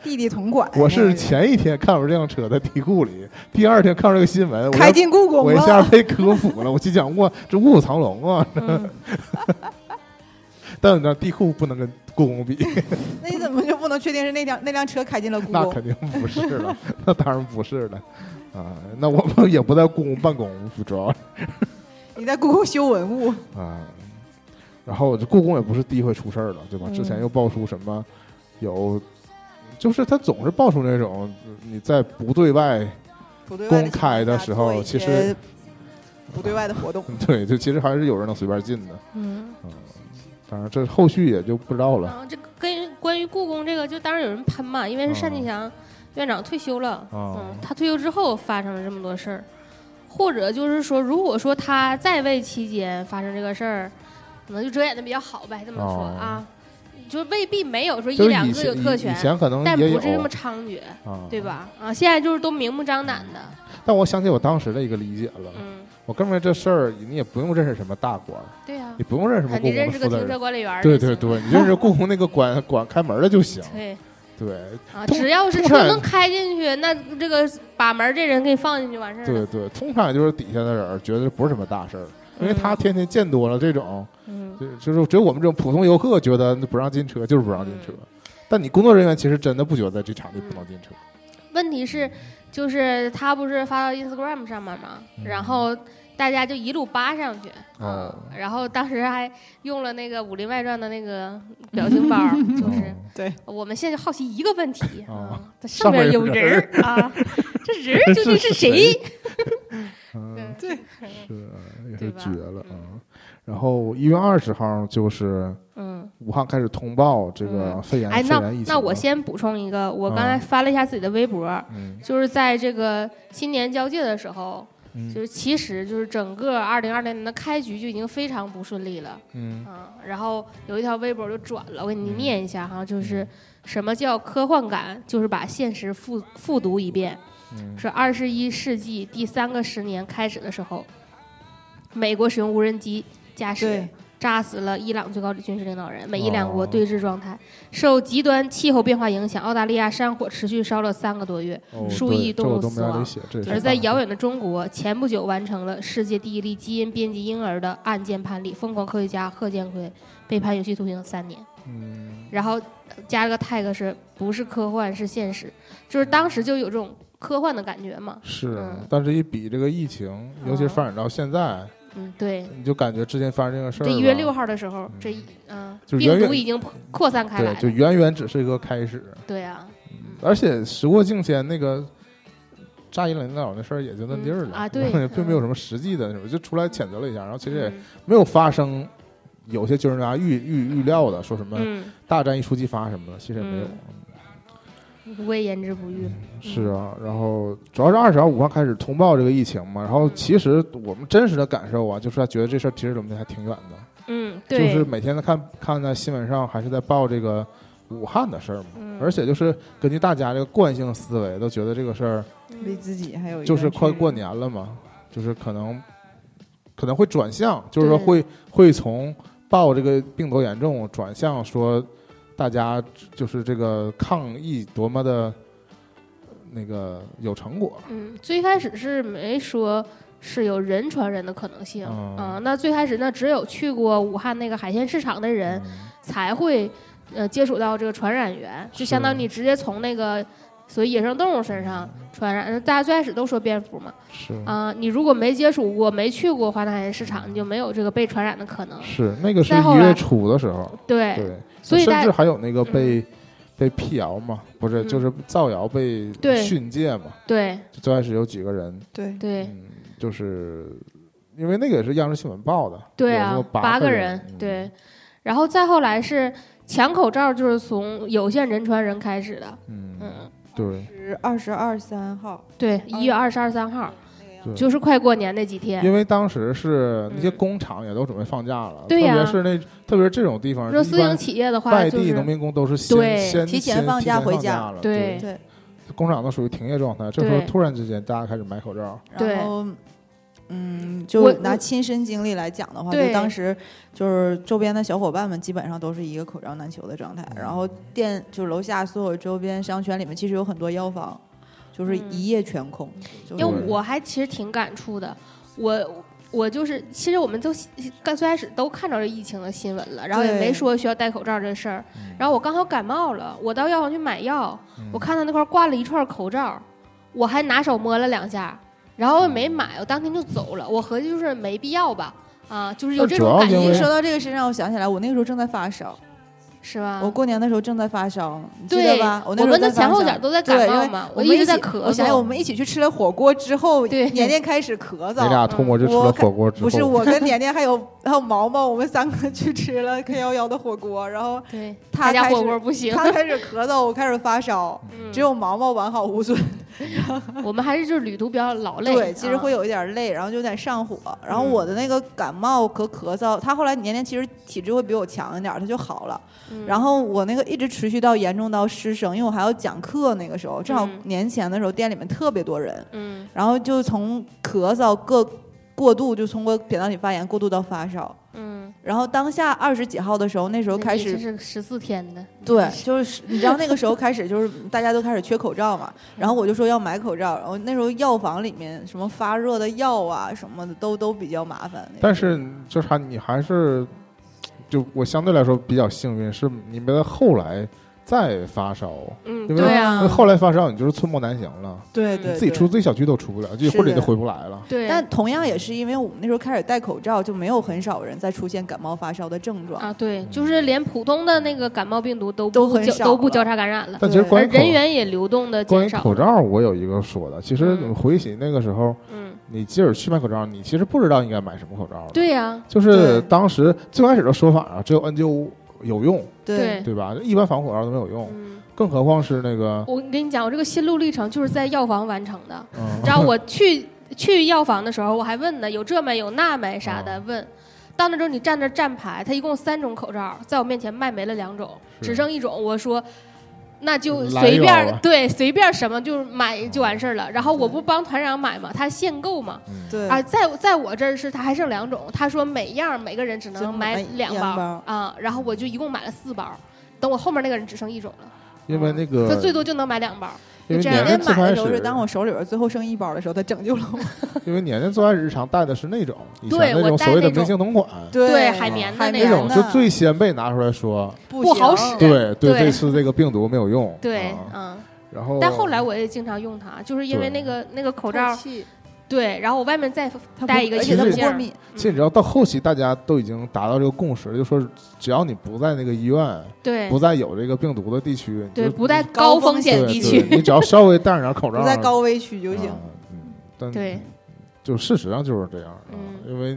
S4: 弟弟同哎款？
S2: 我
S4: 那
S5: 哎
S2: 是
S4: 个
S2: 前一天看着这辆车在地库里，第二天看着这个新闻，我
S4: 开
S2: 一
S4: 进故宫
S2: 我一下
S4: 了，
S2: 被科普了，我心想哇，这卧虎藏龙啊！ [laughs]
S5: 嗯
S2: 但你知道地库不能跟故宫比。
S4: 那你怎么就不能确定是那辆那辆车开进了故
S2: 那
S4: 宫？
S2: 肯定不是了，那当然不是了，啊，那我们也不在故宫办公，主要是
S4: 你在故宫修文物？
S2: 啊。然后这故宫也不是第一回出事儿了，对吧？
S5: 嗯
S2: 之前又爆出什么有，就是他总是爆出那种你在不对外， [laughs]
S4: 不对外
S2: 公开的时候
S4: 情况下做一
S2: 其实
S4: 些不对外的活动，
S2: 对，就其实还是有人能随便进的。
S5: 嗯，
S2: 当然，这后续也就不知道了
S5: 然嗯后这跟关于故宫这个，就当然有人喷嘛，因为
S2: 嗯
S5: 是单霁翔院长退休了，
S2: 啊
S5: 嗯，。他退休之后发生了这么多事儿，或者就是说，如果说他在位期间发生这个事儿，可能就遮掩的比较好呗，这么说
S2: 哦
S5: 啊。就未必没有嗯说一
S2: 就是
S5: 两
S2: 以
S5: 个有
S2: 前
S5: 特
S2: 以
S5: 权
S2: 以，前可能
S5: 但
S2: 也
S5: 不
S2: 有
S5: 是这么猖獗，
S2: 啊，
S5: 对吧？啊，现在就是都明目张胆的，
S2: 但我想起我当时的一个理解了，
S5: 嗯，
S2: 我认为这事儿你也不用认识什么大官儿，
S5: 对呀、
S2: 你不用认识什么
S5: 啊，你
S2: 故宫
S5: 认
S2: 的
S5: 识个
S2: 负责
S5: 停车
S2: 人，
S5: 管理员儿就
S2: 嗯对
S5: 行，
S2: 对对，你认
S5: [laughs]
S2: 识故宫那个管管开门的就行，
S5: 对
S2: 对
S5: 啊，
S2: 通
S5: 只要是
S2: 通
S5: 车
S2: 常
S5: 能开进去，那这个把门儿这人给放进去完事儿了
S2: 对，对，通常也就是底下的人儿觉得不是什么大事儿，因为他
S5: 嗯
S2: 天天见多了这种，
S5: 嗯，
S2: 就就是只有我们这种普通游客觉得不让进车就是不让进
S5: 嗯
S2: 车，但你工作人员其实真的不觉得这场地不能进车，
S5: 问题是，就是他不是发到 Instagram 上面吗？
S2: 嗯
S5: 然后大家就一路扒上去，
S2: 哦
S5: 嗯然后当时还用了那个《武林外传》的那个表情包 [laughs] 儿，嗯就是我们现在就好奇一个问题
S2: 哦
S5: 啊，它哦上面有人儿啊，这人儿究竟 [laughs] 是谁？
S2: 嗯嗯
S4: 对，
S2: 是啊也
S5: 对
S2: 是
S5: 吧
S2: 绝了啊
S5: 嗯。
S2: 然后一月二十号就是
S5: 嗯，
S2: 武汉开始通报这个
S5: 嗯
S2: 肺炎
S5: 哎，
S2: 肺
S5: 那
S2: 炎疫情
S5: 那
S2: 了，
S5: 我先补充一个，我刚
S2: 啊
S5: 才翻了一下自己的微博，
S2: 嗯
S5: 就是在这个新年交界的时候，就
S2: 嗯
S5: 是其实就是整个二零二零年的开局就已经非常不顺利了。
S2: 嗯
S5: 啊，然后有一条微博就转了，我给你
S2: 嗯
S5: 念一下哈，就是什么叫科幻感，就是把现实复复读一遍。
S2: 嗯
S5: 是二十一世纪第三个十年开始的时候，美国使用无人机驾驶
S4: 对，
S5: 炸死了伊朗最高军事领导人，美伊两
S2: 哦
S5: 国对峙状态。受极端气候变化影响，澳大利亚山火持续烧了三个多月。
S2: 哦
S5: 数
S2: 对
S5: 亿
S2: 这
S5: 动
S2: 我
S5: 物
S2: 都
S5: 死
S2: 没让你
S5: 亡
S2: 写这也是
S5: 而在
S2: 大
S5: 遥远的中国，前不久完成了世界第一例基因编辑婴儿的案件判例，疯狂科学家贺建奎被判有期徒刑三年。
S2: 嗯
S5: 然后呃加了个 tag 是不是科幻是现实，就是当时就有这种科幻的感觉嘛。
S2: 是啊
S5: 嗯，
S2: 但是一比这个疫情，尤其是
S5: 哦
S2: 发展到现在，
S5: 嗯，对，
S2: 你就感觉之前发生这个事儿
S5: 这
S2: 吧，
S5: 一月六号的时候，这一嗯、
S2: 就是远
S5: 病毒
S2: 远
S5: 已经扩扩散开来
S2: 对，就
S5: 了。
S2: 远远只是一个开始，
S5: 对啊，
S2: 而且时过境迁，那个炸伊朗领导人的事儿也就那地儿
S5: 嗯
S2: 了
S5: 啊对
S2: [laughs] 并没有什么实际的什么，就出来谴责了一下，然后其实也
S5: 嗯
S2: 没有发生有些军事家预预预料的说什么
S5: 嗯，
S2: 大战一触即发什么的，其实也没有。
S5: 我也言之不嗯喻。
S2: 嗯是啊，然后主要是二十号武汉开始通报这个疫情嘛，然后其实我们真实的感受啊，就是觉得这事儿其实离我们还挺远的。
S5: 嗯，
S2: 就
S5: 对，
S2: 是每天在看看在新闻上还是在报这个武汉的事儿嘛，
S5: 嗯
S2: 而且就是根据大家这个惯性思维，都觉得这个事儿
S5: 嗯
S4: 离自己还有一
S2: 就是
S4: 段距
S2: 快
S4: 离
S2: 过年了嘛，就是可能可能会转向，就是说
S5: 对
S2: 会会从报这个病多严重转向说大家就是这个抗疫多么的那个有成果，
S5: 嗯，最开始是没说是有人传人的可能性
S2: 哦
S5: 啊、那最开始那只有去过武汉那个海鲜市场的人
S2: 嗯
S5: 才会呃接触到这个传染源，就是相当于你直接从那个所谓野生动物身上
S2: 嗯
S5: 传染。呃大家最开始都说蝙蝠嘛，
S2: 是
S5: 啊、你如果没接触过、没去过华南海鲜市场，你就没有这个被传染的可能。
S2: 是那个是
S5: 再后
S2: 一
S5: 来
S2: 月初的时候，
S5: 对，
S2: 对。
S5: 哎所以
S2: 甚
S5: 大
S2: 至
S5: 家
S2: 还有那个被、被辟谣嘛，不是，
S5: 嗯
S2: 就是造谣被
S5: 对
S2: 训诫嘛。
S5: 对
S2: 就最开始有几个人，
S4: 对
S5: 对
S2: 嗯，就是因为那个也是央视新闻报的，
S5: 对
S2: 有时
S5: 啊
S2: 候，八
S5: 八
S2: 个
S5: 个
S2: 人嗯
S5: 对，然后再后来是抢口罩，就是从有限人传人开始的。
S2: 嗯，
S5: 嗯，
S2: 对
S4: 是二十二三号，
S5: 对，一月二十二三号，
S2: 对，
S5: 就是快过年那几天，
S2: 因为当时是那些
S5: 嗯
S2: 工厂也都准备放假了，
S5: 对呀
S2: 特别是那特别是这种地方，
S5: 说
S2: 一
S5: 私
S2: 般
S5: 营企业的话
S2: 外
S5: 就
S2: 地
S5: 是
S2: 农民工都是先
S5: 对
S2: 先
S4: 提前
S2: 先
S4: 放假
S2: 提前
S4: 回
S2: 放
S4: 家
S2: 了，
S5: 对
S4: 对，
S2: 工厂都属于停业状态。这时候
S5: 对
S2: 突然之间，大家开始买口罩，
S5: 对
S4: 然后。嗯，
S5: 我
S4: 就拿亲身经历来讲的话，
S5: 对
S4: 就当时就是周边的小伙伴们基本上都是一个口罩难求的状态。然
S2: 嗯
S4: 后店就是楼下所有周边商圈里面，其实有很多药房，就是
S5: 嗯
S4: 一夜全空。就是
S5: 因为我还其实挺感触的，我我就是其实我们都刚最开始都看着这疫情的新闻了，然后也
S4: 对
S5: 没说需要戴口罩这事儿，然后我刚好感冒了，我到药房去买药，
S2: 嗯
S5: 我看到那块儿挂了一串口罩，我还拿手摸了两下，然后我也没买，我当天就走了，我合计就是没必要吧，啊，就是有
S2: 但
S5: 这
S2: 主
S5: 种
S2: 要
S5: 感
S2: 因
S4: 一
S2: 为
S5: 觉
S4: 说到这个身上，我想起来，我那个时候正在发烧，
S5: 是吧？
S4: 我过年的时候正在发烧，你记
S5: 啊对
S4: 得吧？，我那
S5: 我
S4: 时候
S5: 们
S4: 在
S5: 的
S4: 发
S5: 前后脚
S4: 烧。
S5: 都在
S4: 对
S5: 感
S4: 因
S5: 冒
S4: 为
S5: 嘛，
S4: 我
S5: 一直
S4: 们
S5: 在
S4: 起
S5: 咳
S4: 我想想，我
S5: 嗽。
S4: 们一起去吃了火锅之后，
S5: 对
S4: 年年开始咳
S2: 你
S4: 嗽，
S2: 俩偷摸
S5: 嗯
S2: 就吃
S4: 我
S2: 了
S4: 看
S2: 火锅之后，
S4: 不是我跟年年还有还有毛毛，我们三个去
S5: [laughs]
S4: 吃了 K 幺幺的火锅，然后
S5: 对，
S4: 他
S5: 家
S4: 开始
S5: 火锅不行，
S4: 他开始咳嗽，我开始发烧，
S5: 嗯
S4: 只有毛毛完好无损。
S5: 我们还是就是旅途比较劳累，啊嗯
S4: 对，其实会
S5: 有
S4: 有一点累，然后就有点上火。然后我的那个感冒和咳嗽，他后来年年其实体质会比我强一点，他就好了。
S5: 嗯
S4: 然后我那个一直持续到严重到失声，因为我还要讲课，那个时候正好
S5: 嗯
S4: 年前的时候店里面特别多人，
S5: 嗯，
S4: 然后就从咳嗽各过渡，就通过扁桃体发炎过渡到发烧。
S5: 嗯，
S4: 然后当下二十几号的时候，那时候
S5: 那
S4: 开
S5: 也
S4: 始
S5: 是十四天的，
S4: 对，就是你知道那个时候开始就是 [laughs] 大家都开始缺口罩嘛，然后我就说要买口罩，然后那时候药房里面什么发热的药啊什么的都都比较麻烦。
S2: 但是就是还你还是，就我相对来说比较幸运，是你们后来再发烧，
S5: 嗯，
S2: 对不对
S5: 对啊，
S2: 后来发烧你就是寸步难行了，
S4: 对对，
S2: 你自己
S4: 对
S2: 出自己小区都出不了，就是或者你
S4: 的
S2: 都回不来了。
S5: 对，
S4: 但同样也是因为我们那时候开始戴口罩，就没有很少人再出现感冒发烧的症状。
S5: 啊，对，就是连普通的那个感冒病毒都
S4: 都
S5: 不
S4: 很
S5: 交
S4: 少
S5: 都不
S4: 了
S5: 交叉感染了，
S2: 但其实
S4: 对
S2: 关
S5: 而
S2: 于口
S5: 人员也流动的
S2: 关于
S5: 减少
S2: 口
S5: 了。
S2: 罩，我有一个说的，其实
S5: 嗯
S2: 回起那个时候，
S5: 嗯，
S2: 你即使去买口罩，你其实不知道应该买什么口罩的。
S5: 对呀，
S2: 就是
S4: 对
S2: 当时最开始的说法啊，只有 N95 有用，
S5: 对
S2: 对吧？一般防护口罩都没有用，
S5: 嗯，
S2: 更何况是那个，
S5: 我跟你讲，我这个心路历程就是在药房完成的。
S2: 嗯 [laughs]
S5: 你知，道我去去药房的时候，我还问呢，有这没有那没啥
S2: 啊
S5: 的问。到那之后你站那儿站牌，他一共三种口罩，在我面前卖没了两种，
S2: 是
S5: 只剩一种。我说。那就
S2: 来
S5: 随便
S2: 一
S5: 儿
S2: 包吧
S5: 对随便儿什么就是买就完事儿了。然后我不帮团长买嘛，他限购嘛。
S2: 嗯
S4: 对
S5: 啊，在在我这儿是他还剩两种，他说每样每个人只
S4: 只
S5: 能
S4: 能
S5: 买
S4: 买
S5: 两
S4: 两
S5: 包
S4: 包
S5: 啊，然后我就一共买了四包，等我后面那个人只剩一种了，
S2: 因为那
S5: 他
S2: 个
S5: 最多就能买两包。
S2: 因为
S5: 这样
S2: 年
S4: 年
S2: 年
S4: 年
S2: 最
S4: 买
S2: 开
S4: 的时候是
S2: 始，
S4: 当我手里边最后剩一包的时候，他拯救了我。
S2: 因为年年最开始日常带的是那种以
S5: 对
S2: 前
S5: 我
S2: 那种
S5: 带
S2: 所谓的
S5: 那
S2: 明星同款，
S5: 对海绵的
S4: 海
S5: 那
S2: 那
S4: 绵
S2: 种
S4: 的
S2: 就最先被拿出来说，
S5: 不好
S4: 行
S5: 使
S2: 对对，
S5: 对
S2: 这次这个病毒没有用，
S5: 对
S2: 啊，
S5: 嗯。
S2: 然后
S5: 但后来我也经常用它，就是因为
S2: 对
S5: 那个那个口
S4: 透
S5: 罩，
S4: 气
S5: 对，然后我外面再嗯
S4: 它不
S5: 戴一个
S4: 而且它
S2: 眼
S4: 不
S5: 镜
S4: 过
S5: 儿
S4: 敏，
S2: 其实你知道到后期大家都已经达到这个共识，就说只要你不在那个医院，
S5: 对
S2: 不在有这个病毒的地区，你
S5: 对，
S2: 就
S5: 不戴
S2: 对
S5: 高
S4: 高
S5: 风
S4: 风
S5: 险
S4: 险
S5: 地
S2: 对
S5: 区，
S2: 你只要稍微戴上点
S4: [laughs]
S2: 口罩，
S4: 不在高危区就
S2: 就
S4: 行。
S2: 嗯，但
S5: 对，
S2: 就事实上就是这样啊
S5: 嗯，
S2: 因为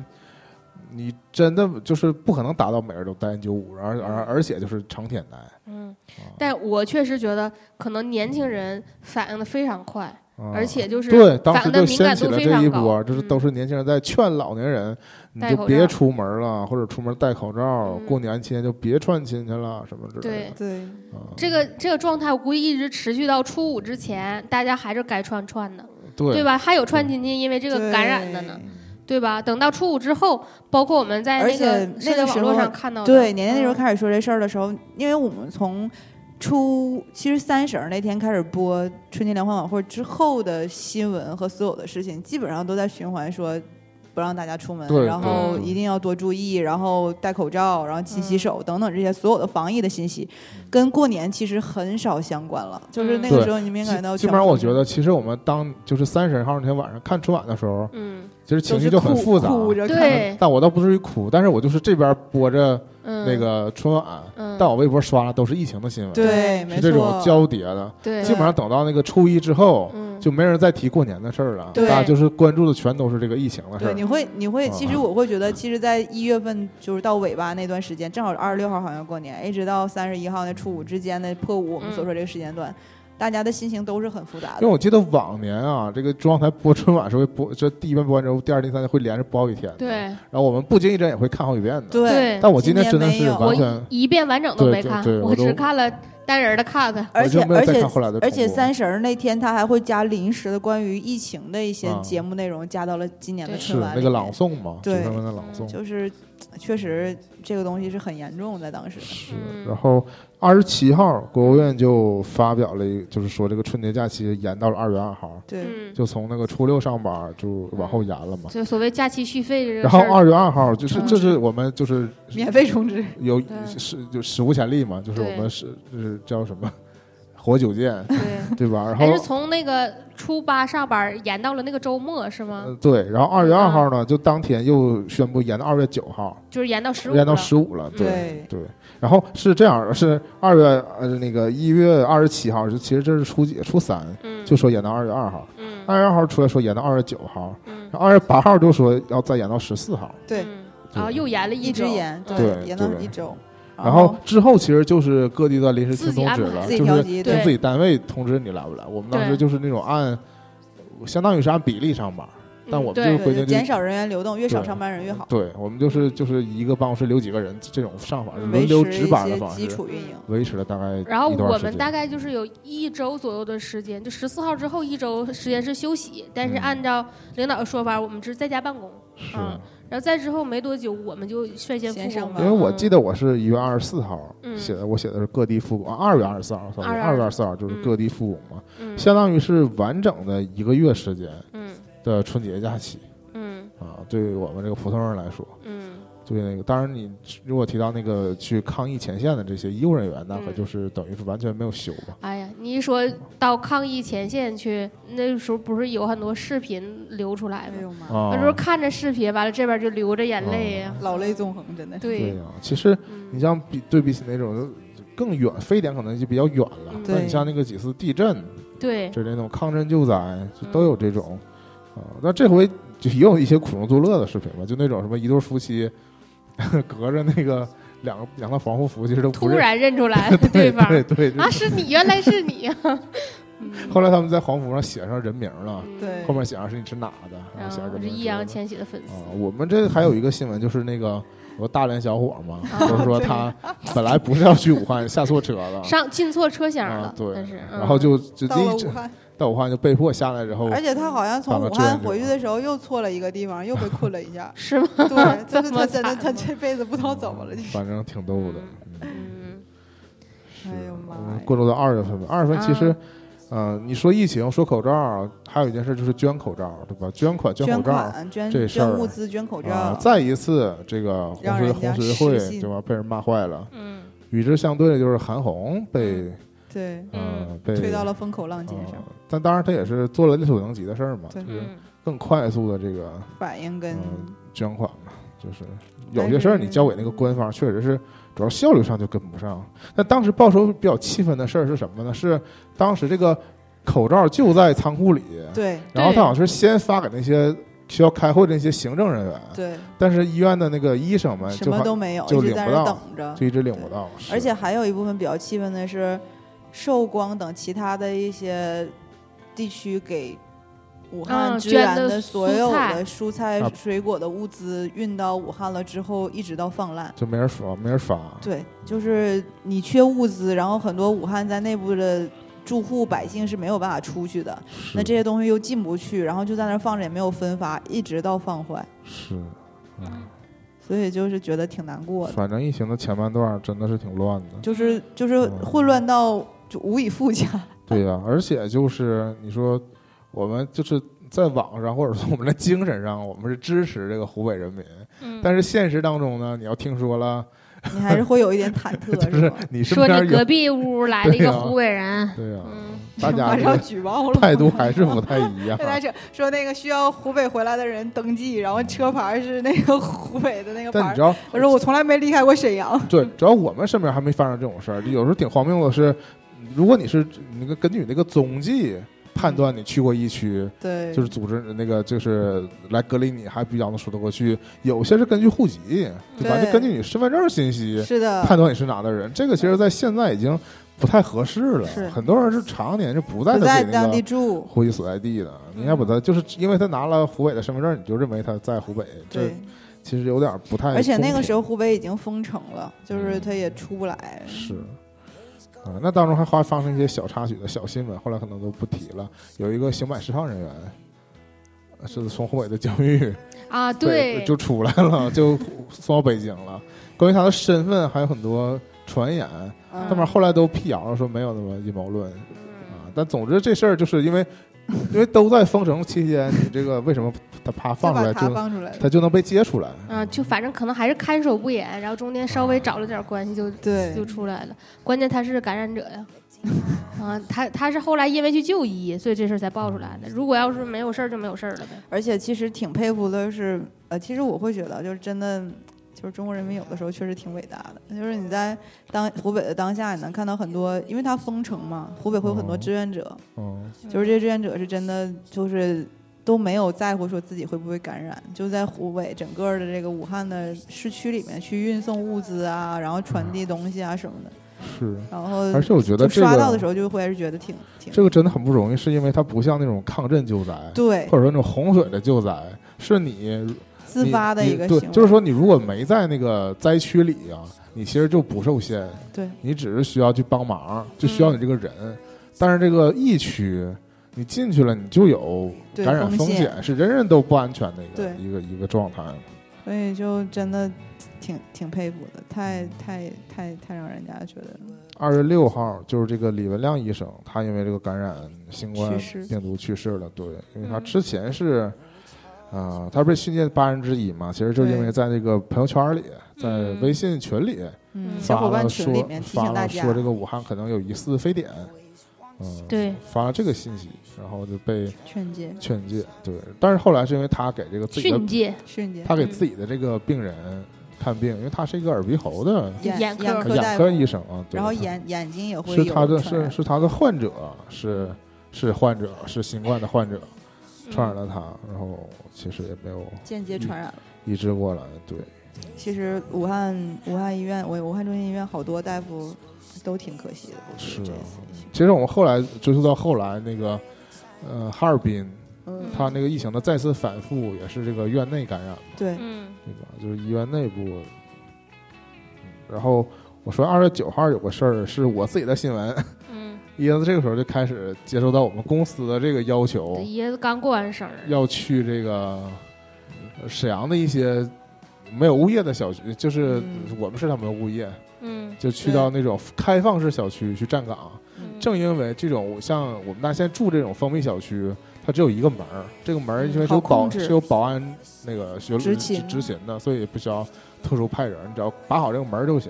S2: 你真的就是不可能达到每人都戴 N 九五，而而而且就是成天戴。
S5: 嗯
S2: 啊，
S5: 但我确实觉得可能年轻人反应的非常快，
S2: 啊
S5: 而且就是
S2: 对，当
S5: 反
S2: 时
S5: 应的
S2: 就
S5: 敏
S2: 掀
S5: 感
S2: 起
S5: 度
S2: 了
S5: 非
S2: 这一
S5: 常
S2: 波，
S5: 高，
S2: 就是都
S5: 嗯
S2: 是年轻人在劝老年人，你
S5: 戴
S2: 就
S5: 口罩
S2: 别出门了，或者出门戴口罩，
S5: 嗯
S2: 过年期间就别串亲戚了，什么之类
S5: 对
S2: 的。
S4: 对，
S2: 啊
S5: 这个这个状态，我估计一直持续到初五之前，大家还是该串串的，
S2: 对
S5: 对吧？还有串亲戚因为这个感染的呢，
S4: 对
S5: 对吧？等到初五之后，包括我们在
S4: 而
S5: 那个
S4: 且
S5: 社交
S4: 那个
S5: 网
S4: 时
S5: 络
S4: 候
S5: 上看到的，
S4: 对，年年那时
S5: 嗯
S4: 候开始说这事儿的时候，因为我们从初其实三十儿那天开始播春节联欢晚会之后的新闻和所有的事情，基本上都在循环说。不让大家出门
S2: 对，
S4: 然后
S2: 对
S4: 一定要多注意，然后戴口罩，然后勤洗
S5: 嗯
S4: 手等等这些所有的防疫的信息，跟过年其实很少相关了。就是
S5: 嗯
S4: 那个
S2: 对
S4: 时候，你没
S2: 基
S4: 感到
S2: 基
S4: 全
S2: 本上，
S4: 国
S2: 我觉
S4: 都
S2: 得其实我们当就是三十号那天晚上看春晚的时候，
S5: 嗯，
S2: 其实情绪
S4: 是
S2: 就很
S4: 哭
S2: 复杂。
S4: 哭着看
S5: 对，
S2: 但我倒不至于哭，但是我就是这边播着
S5: 嗯，
S2: 那个春晚，
S5: 嗯，
S2: 但我微博刷的都是疫情的新闻，
S4: 对，没
S2: 是这种
S4: 错，
S2: 交叠的。
S5: 对，
S2: 基本上等到那个初一之后，
S5: 嗯，
S2: 就没人再提过年的事儿了，啊
S4: 对
S2: 大家就是关注的全啊都是这个疫情的事
S4: 对，
S2: 儿
S4: 你。会你会，其实
S2: 啊
S4: 我会觉得，其实，在一月份就是到尾巴那段时间，正好二十六号好像过年，一直到三十一号那初五之间的破五，我们
S5: 嗯
S4: 所说这个时间段，大家的心情都是很复杂
S2: 因为
S4: 的。
S2: 我记得往年啊，这个中央台播春晚是会播，这第一遍播完之后，第二、第三天会连着播好几天。。
S5: 对
S2: 然后我们不经意间也会看好几遍的。
S5: 对，
S2: 但我今天
S4: 今
S2: 真
S4: 天
S2: 的是
S4: 没有
S2: 完全，
S5: 一遍完整都没看
S2: 对对，对
S5: 我
S2: 我都
S5: 只看了单人的 cut。
S4: 而且
S2: 我就没有
S4: 而
S2: 再
S4: 且
S2: 看后来的重播
S4: 而且三十儿那天他还会加临时的关于疫情的一些
S2: 啊
S4: 节目内容，加到了今年的
S5: 对
S2: 是
S4: 春晚
S2: 那
S4: 里
S2: 个
S4: 面
S2: 朗，诵嘛，
S4: 对
S2: 就是他们的朗诵。
S4: 就是确实这个东西是很严重的，当时
S2: 是
S5: 嗯，
S2: 然后二十七号，国务院就发表了一，就是说这个春节假期延到了二月二号，
S4: 对
S5: 嗯，
S2: 就从那个初六上班就往后延了嘛。
S5: 就所谓假期续费这个
S2: 然后
S5: 事儿
S2: 二月二号就是
S5: 嗯
S2: 这是我们就是
S4: 免费充值，
S2: 有
S5: 对
S2: 史就史无前例嘛，就是我
S5: 对
S2: 们是是叫什么活久见
S5: 对，
S2: 对吧？然
S5: 还是
S2: 后
S5: 从那个初八上班延到了那个周末是吗？
S2: 呃对，然后二月二号呢，就当天又宣布延到二月九号，
S5: 就是延到十五，
S2: 延到十五了，
S5: 嗯
S2: 对。对，
S4: 对
S2: 然后是这样，是二月呃那个一月二十七号，是其实这是初几？初三，
S5: 嗯，
S2: 就说延到二月二号，
S5: 嗯
S2: 二月二号出来说延到二月九号，
S5: 嗯
S2: 然后二月八号就说要再延到十四号，
S4: 对，
S5: 嗯，然后又延了
S4: 一
S5: 一
S4: 直
S5: 周，
S4: 延，
S5: 嗯
S2: 对
S4: 延到
S2: 对
S4: 一周。然
S2: 然后之后其实就是各地的临时
S5: 自
S2: 听
S5: 己
S2: 通
S5: 安
S2: 知
S5: 排
S2: 了，
S4: 自己
S2: 就
S4: 调
S2: 是
S4: 集
S2: 听
S5: 对
S2: 自己单位通知你来不来。我们当时
S5: 对
S2: 就是那种按，相当于是按比例上班，但我们
S5: 对
S2: 就
S4: 嗯对
S2: 规
S4: 就
S2: 定
S4: 减
S2: 就
S4: 少人员流动，越少
S2: 对
S4: 上班人越好，
S2: 对，我们就是就是一个办公室留几个人这种上法，轮
S4: 维
S2: 流
S4: 持
S2: 值
S4: 一
S2: 班的
S4: 些
S2: 方
S4: 基
S2: 式，
S4: 础运营。
S2: 维持了大概
S5: 然后
S2: 一段
S5: 我
S2: 时
S5: 们
S2: 间
S5: 大概就是有一周左右的时间，就十四号之后一周时间是休息，但是
S2: 嗯
S5: 按照领导的说法，我们是在家办公。
S2: 是，
S5: 嗯然后再之后没多久，我们就率先
S4: 先
S5: 复
S4: 上
S5: 工
S4: 班
S2: 因为我记
S5: 得
S2: 得我是一月二十四号
S5: 嗯
S2: 写的，我写的是各地复工，啊二月二十四号，
S5: 2月
S2: 二月二十四号就是
S5: 嗯
S2: 各地复工嘛，
S5: 嗯
S2: 相当于是完整的一个月时间
S5: 嗯
S2: 的春节假期
S5: 嗯
S2: 啊，对于我们这个普通人来说。
S5: 嗯
S2: 对那个，当然你如果提到那个去抗疫前线的这些医务人员，那可
S5: 嗯
S2: 就是等于是完全没有休吧。
S5: 哎呀，你一说到抗疫前线去，那时候不是有很多视频流出来
S4: 哎
S5: 吗？
S4: 呦妈，
S2: 啊
S5: 那时候看着视频，完了这边就流着眼泪呀。
S4: 老泪纵横，真的是。
S2: 哦对
S5: 对，
S2: 呀、其实你
S5: 嗯
S2: 像比对比起那种更远，非典可能就比较远了
S5: 嗯。
S2: 那
S4: 对
S2: 你像那个几次地震，
S5: 对，
S2: 就是那种抗震救灾，就都有这种。啊、那这回就也有一些苦中作乐的视频吧，就那种什么一对夫妻隔着那个两个两个防护服，其实都不
S5: 突
S2: 认
S5: 然认出
S2: [laughs]
S5: 来
S2: 对
S5: 方
S2: 对对对
S5: 啊，是你，原来是
S2: [laughs]
S5: 你呀。
S2: 后来他们在防护服上写上人名了，
S5: 嗯
S4: 对
S2: 后面写上是你是哪的，然
S5: [laughs] 然
S2: 后写
S5: 后
S2: 上
S5: 我
S2: 人
S5: 是
S2: 名。
S5: 易烊千玺的粉丝
S2: 啊，，我们这还有一个新闻，就是那个有个大连小伙嘛，
S4: 啊
S2: 就是说他本来不是要去武汉，下错车了，
S5: 上进错车厢
S2: 啊
S5: 了，，
S2: 对
S5: 但是，。
S2: 然后就就
S4: 嗯到了
S2: 一
S4: 武哎
S2: 直
S4: 汉，
S2: 到武汉就被迫下来之后，
S4: 而且他好像从
S2: 到了
S4: 武
S2: 志愿
S4: 汉
S2: 者
S4: 回去的时候又错了一个地方，又被困了一下
S5: [laughs] 是吗？
S4: 对，就是他
S5: 么
S4: 真的，
S5: 惨
S4: 他
S5: 吗
S4: 这辈子不知道怎么了。就是
S2: 反正挺逗的。嗯
S5: 嗯，
S2: 是
S4: 哎呦妈
S2: 我们
S4: 呀
S2: 过渡到二月份吧，二月份其实
S5: 啊。
S2: 嗯、你说疫情，说口罩，还有一件事就是捐口罩，对吧？捐款、捐口罩，
S4: 款、捐
S2: 这事
S4: 捐
S2: 儿
S4: 物资、捐口
S2: 啊
S4: 罩，，
S2: 再一次这个红
S4: 让
S2: 十
S4: 人家
S2: 红十
S4: 失
S2: 字会
S4: 信
S2: 对吧？被人骂坏了。
S5: 嗯，
S2: 与之相对的就是韩红被
S4: 对，
S5: 嗯
S2: 呃被
S4: 推到了风口浪尖上
S2: 啊，但当然，他也是做了力所能及的事儿嘛，就
S4: 对
S2: 是
S5: 嗯
S2: 更快速的这个
S4: 反应跟
S2: 嗯捐款嘛，就是有
S4: 但
S2: 些事儿
S4: 是
S2: 你交给那个官方，确实是主要效率上就跟不上。那当时报出比较气愤的事儿是什么呢？是当时这个口罩就在仓库里，
S4: 对
S2: 然后他好像是先发给那些需要开会的那些行政人员，
S4: 对，
S2: 但是医院的那个医生们
S4: 什
S2: 就
S4: 么
S2: 好
S4: 都没有，
S2: 就
S4: 一直
S2: 领
S4: 在
S2: 不
S4: 那
S2: 到
S4: 等着。
S2: 就一直领不到，是
S4: 而且还有一部分比较气愤的是，受光等其他的一些地区给武汉
S5: 嗯
S4: 支
S5: 捐
S4: 援
S5: 的
S4: 的所
S5: 蔬
S4: 有
S5: 菜
S4: 的蔬菜
S2: 啊、
S4: 水果的物资运到武汉了之后，一直到放烂。
S2: 就没人发，没人发，
S4: 对，就是你缺物资，然后很多武汉在内部的住户百姓是没有办法出去的，
S2: 是
S4: 那这些东西又进不去，然后就在那儿放着也没有分发，一直到放坏，
S2: 是。嗯
S4: 所以就是觉得挺难过的，
S2: 反正疫情的前半段儿真的是挺乱的，
S4: 就是就是
S2: 嗯
S4: 混乱到就无以复加。
S2: 对呀、而且就是你说，我们就是在网上或者说我们的精神上，我们是支持这个湖北人民，
S5: 嗯
S2: 但是现实当中呢，你要听说了，
S4: 你还是会有一点忐
S2: [laughs]
S4: 忑，
S2: 就是
S4: 吧？
S2: 你身
S5: 说
S2: 边
S5: 你
S2: 有
S5: 隔壁屋来了一
S2: 对啊
S5: 个
S2: 呀
S5: 湖北人，
S2: 对呀、
S5: 嗯
S2: 大家
S4: 马
S2: 这
S4: 上
S2: 个
S4: 举报了，
S2: 态度还是不太一样啊
S4: 被。他扯说那个需要湖北回来的人登记，然后车牌是那个 [laughs] 湖北的那个牌
S2: 但你
S4: 儿
S2: 知。道，
S4: 他说我从来没离开过沈阳，
S2: 对，主要我们身边还没发生这种事儿，有时候挺荒谬的是，如果你是那个根据你那个踪迹判断你去过疫区，
S4: 对，
S2: 就是组织那个就是来隔离你还比较能说得过去，有些是根据户籍，对吧？
S4: 对
S2: 就根据你身份证信息
S4: 是的，
S2: 判断你是哪的人，这个其实在现在已经不太合适了
S4: 是。
S2: 很多人是常年是不在
S4: 不
S2: 他
S4: 在
S2: 自己那
S4: 当地
S2: 个
S4: 住，
S2: 户籍所在地的，你要把他就是因为他拿了湖北的身份证，你就认为他在湖北，这
S4: 对，
S2: 其实有点不太公平。
S4: 而且那个时候湖北已经封城了，就是
S2: 嗯
S4: 他也出不来。
S2: 是。啊、那当中还发发生一些小插曲的小新闻，后来可能都不提了。有一个刑满释放人员，呃是从湖北的监狱 [laughs]
S5: 啊，
S2: 对，就出来了，就送到北京了。关于他的身份还有很多传言，
S4: 嗯
S2: 他们后来都辟谣了，说没有那么阴谋论
S5: 嗯
S2: 啊。但总之这事儿就是因为，因为都在封城期间，你这个为什么他啪
S4: 就
S2: 放出
S4: 把
S2: 来
S4: 他
S2: 就
S4: 放出来
S2: 他
S4: 了，
S2: 就能被揭出来？
S5: 啊，就反正可能还是看守不严，然后中间稍微找了点关系就
S4: 对
S5: 就出来了。关键他是感染者呀，啊，他他是后来因为去就医，所以这事儿才爆出来的。如果要是没有事儿，就没有事儿了呗。
S4: 而且其实挺佩服的是，呃，其实我会觉得就是真的。就是中国人民有的时候确实挺伟大的，就是你在当湖北的当下，你能看到很多，因为它封城嘛，湖北会有很多
S2: 哦
S4: 志愿者，
S2: 嗯，
S4: 就是这些志愿者是真的，就是都没有在乎说自己会不会感染，就在湖北整个的这个武汉的市区里面去运送物资啊，然后传递东西啊什么的，
S2: 是，
S4: 然后
S2: 而且我觉得
S4: 呃就
S2: 这
S4: 刷到的时
S2: 个
S4: 候就会还是觉得挺挺
S2: 这个真的很不容易，是因为它不像那种抗震救灾，
S4: 对
S2: 或者说那种洪水的救灾，是你
S4: 自发的
S2: 你
S4: 一个
S2: 对
S4: 行为，，
S2: 就是说你如果没在那个灾区里啊，你其实就不受限，
S4: 对
S2: 你只是需要去帮忙，就需
S4: 嗯
S2: 要你这个人。但是这个疫区，你进去了你就有
S4: 对
S2: 感染
S4: 风
S2: 风
S4: 险
S2: 险，是人人都不安全的一个
S4: 对
S2: 一个一个状态。
S4: 所以就真的挺挺佩服的，太太太太让人家觉得
S2: 二月六号，就是这个李文亮医生，他因为这个感染新冠
S4: 去世嗯
S2: 病毒去世了。对，因为他之前是，啊、他被训诫八人之一嘛，其实就是因
S4: 对
S2: 为在这个朋友圈里，在
S5: 嗯
S2: 微信群里
S4: 嗯，小
S2: 发
S4: 伙伴
S2: 了
S4: 群
S2: 说
S4: 里面提
S2: 发
S4: 醒大
S2: 了
S4: 家
S2: 说，这个武汉可能有疑似非典，嗯，
S5: 对，
S2: 发了这个信息，然后就被
S4: 劝诫
S2: 劝诫。对，但是后来是因为他给这个自己的
S5: 训诫
S4: 训诫嗯
S2: 他给自己的这个病人看病，因为他是一个耳鼻喉的
S5: 眼
S4: 眼
S5: 科
S4: 科大
S2: 眼科
S4: 夫，
S2: 医生啊，对
S4: 然后
S2: 他
S4: 眼眼睛也会
S2: 是
S4: 有
S2: 他的
S4: 传染
S2: 是是他的患者是是患者是新冠的患者
S4: 嗯
S2: 传染了他，然后其实也没有
S4: 间接传染了。
S2: 医治过来，对，
S4: 其实武汉武汉医院，我武汉中心医院好多大夫都挺可惜的，我觉
S2: 是
S4: 得这
S2: 啊
S4: 次疫情，
S2: 其实我们后来追溯到后来那个呃哈尔滨，
S4: 嗯，
S2: 他那个疫情的再次反复也是这个院内感染，
S4: 对，
S5: 嗯
S2: 对吧？就是医院内部。嗯然后我说二月九号有个事儿是我自己的新闻，
S5: 嗯，
S2: 椰子这个时候就开始接收到我们公司的这个要求，
S5: 这爷子刚过完生日，
S2: 哦要去这个呃沈阳的一些没有物业的小区，就是
S4: 嗯
S2: 我们市场没有物业，
S5: 嗯
S2: 就去到那种开放式小区去站岗。
S5: 嗯
S2: 正因为这种像我们那现在住这种封闭小区，它只有一个门儿，这个门儿因为是有
S4: 嗯好
S2: 保
S4: 控制
S2: 是有保安那个学
S4: 执勤
S2: 执勤的，所以不需要特殊派人，你只要把好这个门儿就行，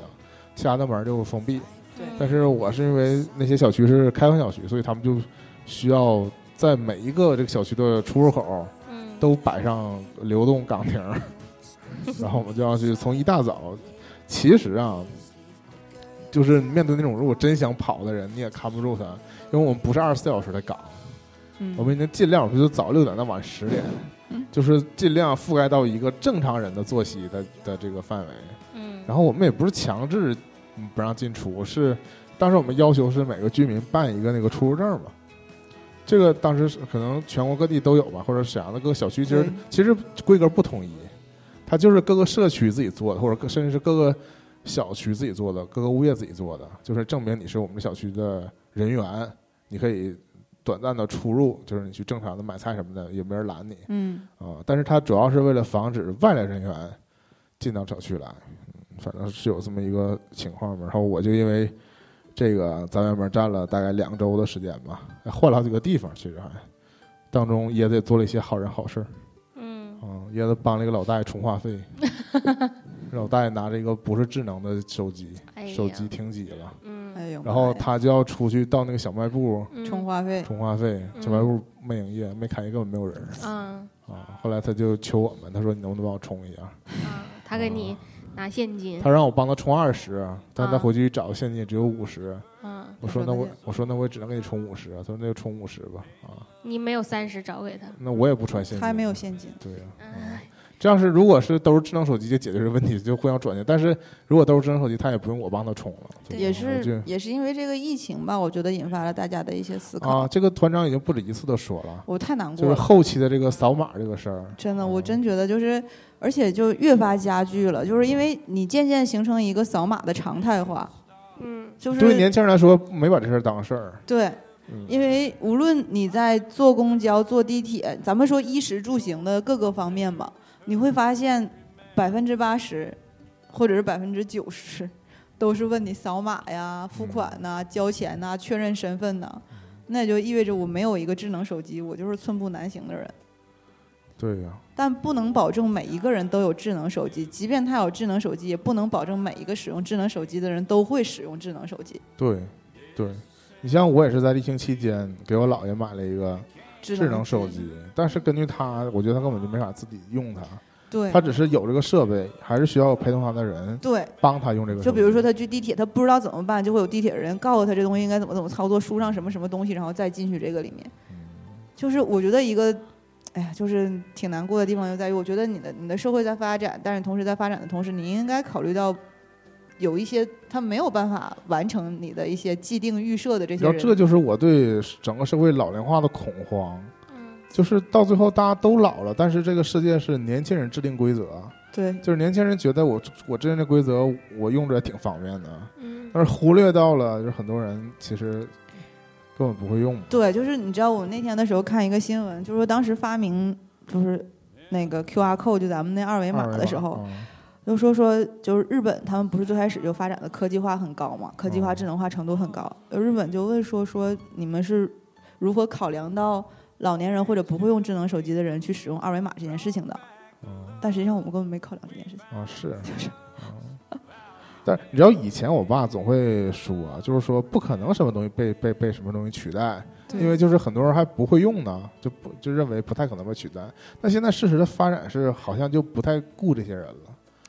S2: 其他的门儿就封闭。
S4: 对
S5: 嗯
S2: 但是我是因为那些小区是开放小区，所以他们就需要在每一个这个小区的出入口
S5: 嗯
S2: 都摆上流动岗亭儿， [laughs] 然后我们就要去从一大早。其实啊，就是面对那种如果真想跑的人，你也看不住他，因为我们不是二十四小时的岗，
S4: 嗯，
S2: 我们已经尽量，就是早六点到晚十点，就是尽量覆盖到一个正常人的作息的的这个范围。
S5: 嗯，
S2: 然后我们也不是强制嗯不让进出，是当时我们要求是每个居民办一个那个出入证嘛。这个当时是可能全国各地都有吧，或者沈阳的各个小区，其实
S4: 对
S2: 其实规格不统一，它就是各个社区自己做的，或者各甚至是各个小区自己做的，各个物业自己做的，就是证明你是我们小区的人员，你可以短暂的出入，就是你去正常的买菜什么的，也没人拦你。
S4: 嗯，
S2: 啊、但是它主要是为了防止外来人员进到小区来，嗯反正是有这么一个情况嘛。然后我就因为这个在外面站了大概两周的时间吧，还换了好几个地方，其实还当中椰子也做了一些好人好事儿
S5: 嗯
S2: 啊、椰子帮了一个老大爷充话
S5: [laughs]
S2: 费，老大爷拿着一个不是智能的手机，
S5: 哎呀
S2: 手机停机了，
S5: 嗯
S4: 哎呦，
S2: 然后
S4: 妈呀
S2: 他就要出去到那个小卖部
S5: 嗯
S4: 充话费，
S2: 充话费，小卖部没营业，没开业，根本没有人儿。
S5: 嗯
S2: 啊，后来他就求我们，他说你能不能帮我充一下？
S5: 嗯，他给你拿现金，
S2: 哦他让我帮他充二十，但他回去找现金只有五十。
S5: 嗯，
S2: 我说
S4: 啊说
S2: 那
S4: 那
S2: 我
S4: 就
S2: 我说那我也只能给你充五十。他说那就充五十吧。啊，
S5: 你没有三十找给他，
S2: 那我也不穿现金。
S4: 他还没有。现金，
S2: 对呀、啊
S5: 哎
S2: 这要是如果是都是智能手机就解决这个问题，就互相转接。但是如果都是智能手机，他也不用我帮他充了。对吧
S4: 也
S2: 我就是
S4: 也是因为这个疫情吧，我觉得引发了大家的一些思考
S2: 啊，，这个团长已经不止一次的说了，
S4: 我太难
S2: 就
S4: 过
S2: 是
S4: 了。
S2: 后期的这个扫码这个事儿，
S4: 真的，我
S2: 嗯
S4: 真觉得就是，而且就越发加剧了，就是因为你渐渐形成一个扫码的常态化，
S5: 嗯
S4: 就是
S2: 对于年轻人来说没把这事儿当事儿。
S4: 对，
S2: 嗯，
S4: 因为无论你在坐公交、坐地铁，咱们说衣食住行的各个方面吧，你会发现百分之八十或者是百分之九十都是问你扫码呀、付款呐、交钱呐、确认身份呐、那也就意味着我没有一个智能手机，我就是寸步难行的人。
S2: 对呀、
S4: 但不能保证每一个人都有智能手机，即便他有智能手机，也不能保证每一个使用智能手机的人都会使用智能手机。
S2: 对，对，你像我也是在疫情期间给我姥爷买了一个
S4: 智
S2: 智能手机，但是根据他，我觉得他根本就没法自己用它，
S4: 对
S2: 他，只是有这个设备，还是需要陪同他的人
S4: 对，
S2: 帮他用这个手机。
S4: 就比如说他去地铁，他不知道怎么办，就会有地铁人告诉他这东西应
S2: 嗯
S4: 该怎么怎么操作，输上什么什么东西，然后再进去这个里面。就是我觉得一个哎呀，就是挺难过的地方就在于，我觉得你的你的社会在发展，但是同时在发展的同时，你应该考虑到有一些他没有办法完成你的一些既定预设的这些
S2: 然后
S4: 人。
S2: 这就是我对整个社会老龄化的恐慌，
S5: 嗯
S2: 就是到最后大家都老了，但是这个世界是年轻人制定规则，
S4: 对
S2: 就是年轻人觉得我我制定的规则我用着挺方便的，
S5: 嗯，
S2: 但是忽略到了就是很多人其实根本不会用嘛。
S4: 对，就是你知道，我那天的时候看一个新闻，就是说当时发明就是那个 QR code，就咱们那二维码
S2: 二维
S4: 的时候，
S2: 嗯
S4: 就说说就是日本，他们不是最开始就发展的科技化很高嘛，科技化、
S2: 嗯
S4: 智能化程度很高。日本就问说说你们是如何考量到老年人或者不会用智能手机的人去使用二维码这件事情的？
S2: 嗯
S4: 但实际上我们根本没考量这件事情。
S2: 啊是
S4: 就是，
S2: 嗯但是你知道以前我爸总会说、啊就是说不可能什么东西被被被什么东西取代，
S4: 对
S2: 因为就是很多人还不会用呢，就不就认为不太可能被取代。但现在事实的发展是，好像就不太顾这些人了，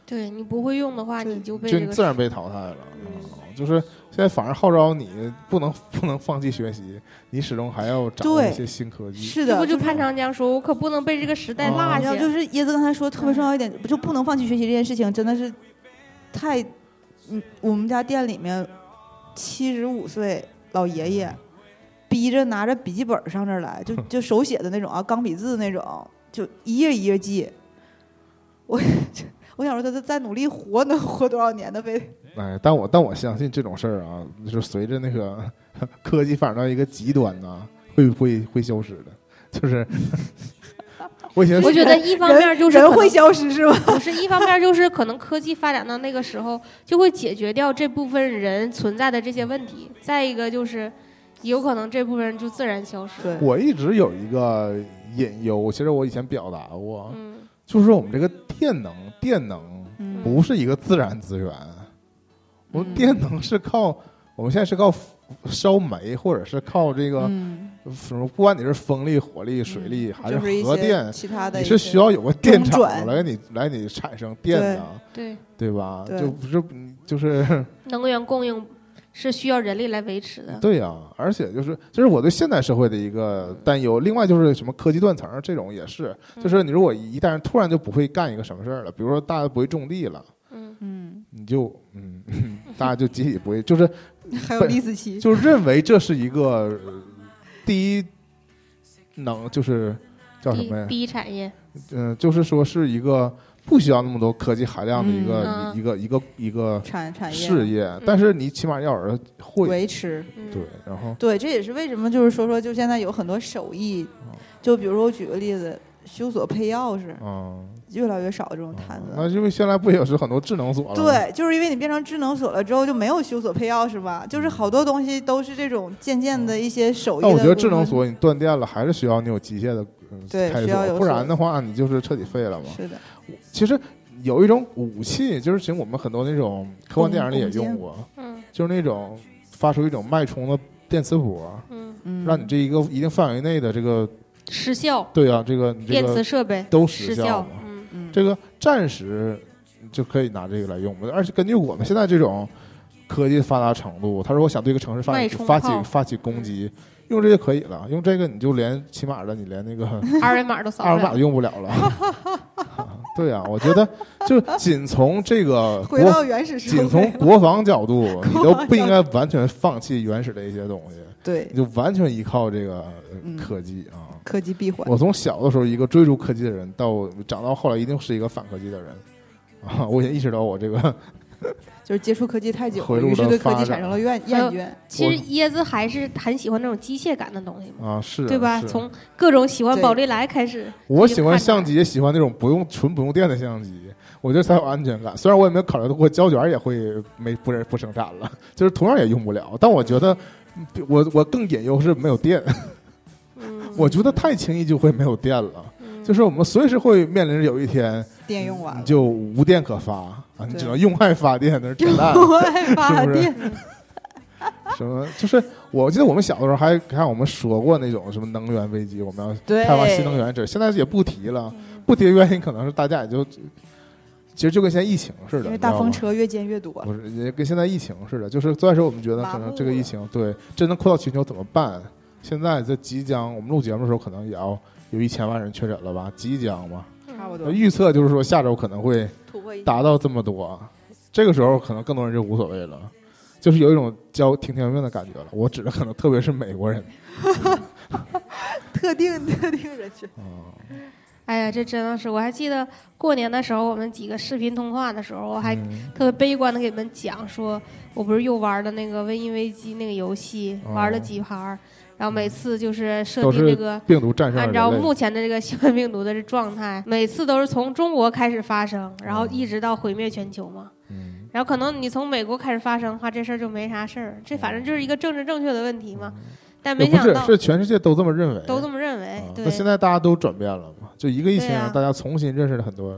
S5: 对你不会用的话，
S4: 对
S5: 你就被
S2: 就
S5: 这
S2: 你
S5: 个
S2: 自然被淘汰了。嗯就是现在反而号召你不能不能放弃学习，你始终还要掌握
S4: 对
S2: 一些新科技。
S4: 是
S5: 这
S4: 的，
S5: 不就是潘长江说，我可不能被这个时代落
S2: 啊
S4: 你知
S5: 下
S4: 道，。就是椰子刚才说特别重要一点，
S5: 嗯
S4: 就不能放弃学习这件事情，真的是太……嗯，我们家店里面七十五岁老爷
S5: 嗯
S4: 爷逼着拿着笔记本上这儿来，就就手写的那种啊，钢笔字那种，就一页一页记。我 [laughs] 我想说，他再努力活，能活多少年呢？非得
S2: 哎，但我但我相信这种事儿啊，就是随着那个科技发展到一个极端呢、会会会消失的。就是 [laughs] 我以前
S5: 我觉得一方面就是
S4: 人
S5: 可能
S4: 会消失是吧？
S5: 不是一方面就是可能科技发展到那个时候，就会解决掉这部分人存在的这些问题。再一个就是，有可能这部分人就自然消失。
S4: 对，
S2: 我一直有一个隐忧，其实我以前表达过，
S5: 嗯，
S2: 就是我们这个电能，电能
S4: 嗯
S2: 不是一个自然资源，我们
S4: 嗯
S2: 电能是靠我们现在是靠烧煤，或者是靠这个
S4: 嗯，
S2: 什么，不管你是风力、火力、水力还
S4: 就一
S2: 核
S4: 些
S2: 电，
S4: 其他的
S2: 你
S4: 一
S2: 是
S4: 些
S2: 需要有个电
S4: 中
S2: 厂
S4: 转
S2: 来你来你产生电的，啊
S5: 对，
S2: 对吧？
S4: 对
S2: 就不是就是
S5: 能源供应是需要人力来维持的。
S2: 对呀、而且就是这是我对现代社会的一个担忧。另外就是什么科技断层这种也是，就是你如果一代人突然就不会干一个什么事儿了，比如说大家不会种地了，
S5: 嗯，
S4: 嗯，
S2: 你就嗯， [laughs] 大家就集体不会，就是
S4: 还有
S2: 本
S4: 历史期，
S2: 就认为这是一个呃第一能就是叫啊什
S5: 第
S2: 么呀？
S5: 第一产业，
S2: 嗯、就是说是一个不需要那么多科技含量的一个、
S5: 嗯嗯
S2: 一个一个一个
S4: 产产业嗯
S2: 事业，但是你起码要有人会。
S4: 维持。
S5: 嗯、
S2: 对，然后
S4: 对，这也是为什么就是说说，就现在有很多手艺
S2: 哦，
S4: 就比如说我举个例子，修锁配钥匙
S2: 嗯，
S4: 越来越少这种摊
S2: 那
S4: 子。
S2: 因为现在不也是很多智能锁了吗？
S4: 对，就是因为你变成智能锁了之后，就没有修锁配钥匙嘛，就是好多东西都是这种渐渐的一些手艺的
S2: 嗯但
S4: 部分。
S2: 我觉得智能锁你断电了，还是需要你有机械的嗯
S4: 对
S2: 开
S4: 需要有
S2: 锁，不然
S4: 锁
S2: 的话你就是彻底废了嘛。
S4: 是的，
S2: 其实有一种武器，就是其实我们很多那种科幻电影里也
S4: 弓弓
S2: 用
S4: 箭
S2: 过，
S5: 嗯
S2: 就是那种发出一种脉冲的电磁波，
S5: 嗯，
S4: 嗯，
S2: 让你这一个一定范围内的这个
S5: 失效，
S2: 对啊，这个你这
S5: 电磁
S2: 个
S5: 设备
S2: 都
S5: 失
S2: 时效
S5: 效
S2: 嘛。。
S5: 嗯
S4: 嗯
S2: 这个暂时就可以拿这个来用嘛。而且根据我们现在这种科技发达程度，他说我想对一个城市发
S5: 脉
S2: 起
S5: 冲
S2: 发起
S5: 炮
S2: 发起攻击，用这个可以了，用这个你就连起码的你连
S4: [laughs]
S2: 那个
S5: 二维码都扫
S2: 二
S5: 不
S2: 维码
S5: 了
S2: 都。用不了了。对啊，我觉得就仅从这个
S4: 回
S2: 国，
S4: 到原始社
S2: 仅
S4: 会，
S2: 从国防角度，
S4: [laughs]
S2: 你都不应该完全放弃原始的一些东西，
S4: 对
S2: 你就完全依靠这个呃
S4: 嗯
S2: 科技啊。
S4: 科技闭环，
S2: 我从小的时候一个追逐科技的人，到长到后来一定是一个反科技的人。啊，我已经意识到我这个，
S4: 就是接触科技太久
S2: 回
S4: 了，
S2: 路
S4: 于是
S2: 的
S4: 对科
S2: 发
S4: 技
S2: 展哎
S4: 产生了厌
S5: 还
S4: 厌
S5: 有
S4: 倦。
S5: 其实椰子还是很喜欢那种机械感的东西嘛，
S2: 啊，是
S5: 对吧？
S2: 是
S5: 从各种喜欢
S4: 对
S5: 宝丽来开始，
S2: 我
S5: 就
S2: 喜欢
S5: 看
S2: 相
S5: 着
S2: 机，也喜欢那种不用纯不用电的相机，我觉得才有安全感。虽然我也没有考虑到过胶卷也会没不是不生产了，就是同样也用不了。但我觉得，我我更隐忧是没有电， [laughs]
S5: 嗯，
S2: 我觉得太轻易就会没有电了。
S5: 嗯
S2: 就是我们随时会面临着有一天
S4: 电用完
S2: 你
S4: 了，
S2: 就无电可发啊，你
S4: 对
S2: 只能用爱发电，那是扯
S5: [laughs]
S2: 淡。
S4: 我爱发
S2: 是不是
S4: 电，
S2: [laughs] 什么？就是我记得我们小的时候还看我们说过那种什么能源危机，我们要
S4: 对，嗯
S2: 开发新能源这现在也不提了。不提的原因可能是大家也就，其实就跟现在疫情似的，
S4: 因
S2: 你
S4: 为
S2: 知道
S4: 大
S2: 吗嗯
S4: 风车越建越多。
S2: 不是也跟现在疫情似的，就是最开始我们觉得可能这个疫情对真的扩到全球怎么办？现在这即将我们录节目的时候，可能也要有一千万人确诊了吧，即将吧。
S4: 差
S3: 嗯
S4: 不
S2: 那
S4: 多
S2: 预测就是说下周可能会
S4: 突破一
S2: 达到这么多，这个时候可能更多人就无所谓了，就是有一种教听天由命的感觉了。我指的可能特别是美国人
S4: 特定 [laughs] 特定人群，
S2: 啊，
S3: 哎呀，这真的是，我还记得过年的时候，我们几个视频通话的时候，我还
S2: 嗯
S3: 特别悲观的给你们讲说，我不是又玩了那个《瘟疫危机》那个游戏，
S2: 哦嗯
S3: 玩了几盘儿，然后每次就是设
S2: 都
S3: 定
S2: 是
S3: 这个。
S2: 病毒战胜了
S3: 按照
S2: 人类，
S3: 目前的这个新冠病毒的这状态，每次都是从中国开始发生，然
S2: 哦
S3: 后一直到毁灭全球嘛。
S2: 嗯，
S3: 然后可能你从美国开始发生的话，这事儿就没啥事儿，这反正就是一个政治正确的问题嘛。
S5: 嗯
S3: 但
S2: 也
S3: 没
S2: 嗯不
S3: 想
S2: 是，
S3: 到
S2: 是全世界都这么认为，
S3: 都这么认为
S2: 啊，
S3: 对
S2: 那现在大家都转变了嘛，就一个疫情
S3: 对啊
S2: 让大家重新认识了很多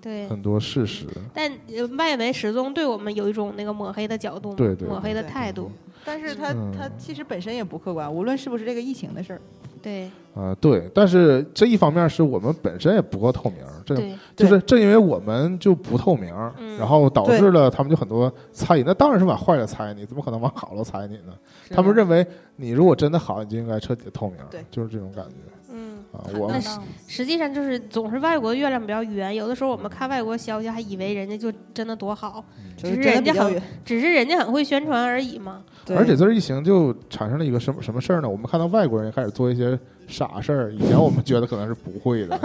S3: 对。
S2: 很多事实。
S3: 但呃外媒始终对我们有一种那个抹黑的角度嘛，
S2: 对对
S3: 抹黑的
S4: 对
S3: 态度，
S4: 但是它
S2: 嗯
S4: 它其实本身也不客观，无论是不是这个疫情的事儿，
S3: 对
S2: 啊，对，但是这一方面是我们本身也不够透明，这
S3: 对
S2: 就是正因为我们就不透明，
S3: 嗯
S2: 然后导
S4: 对
S2: 致了他们就很多猜疑。那当然是往坏了猜你，怎么可能往好了猜你呢？他们认为你如果真的好，你就应该彻底透明，
S4: 对
S2: 就是这种感觉
S3: 嗯，
S2: 啊。我
S3: 那
S2: 们
S3: 是实际上就是总是外国的月亮比较圆，有的时候我们看外国消息还以为人家就真的多好，
S4: 就
S3: 只
S4: 是
S3: 是
S4: 真的
S3: 人家
S4: 比较
S3: 很
S4: 远，
S3: 只是人家很会宣传而已嘛。
S4: 对
S2: 而且这疫情就产生了一个什么什么事儿呢？我们看到外国人开始做一些傻事儿，以前我们觉得可能是不会
S3: [laughs]
S2: 的，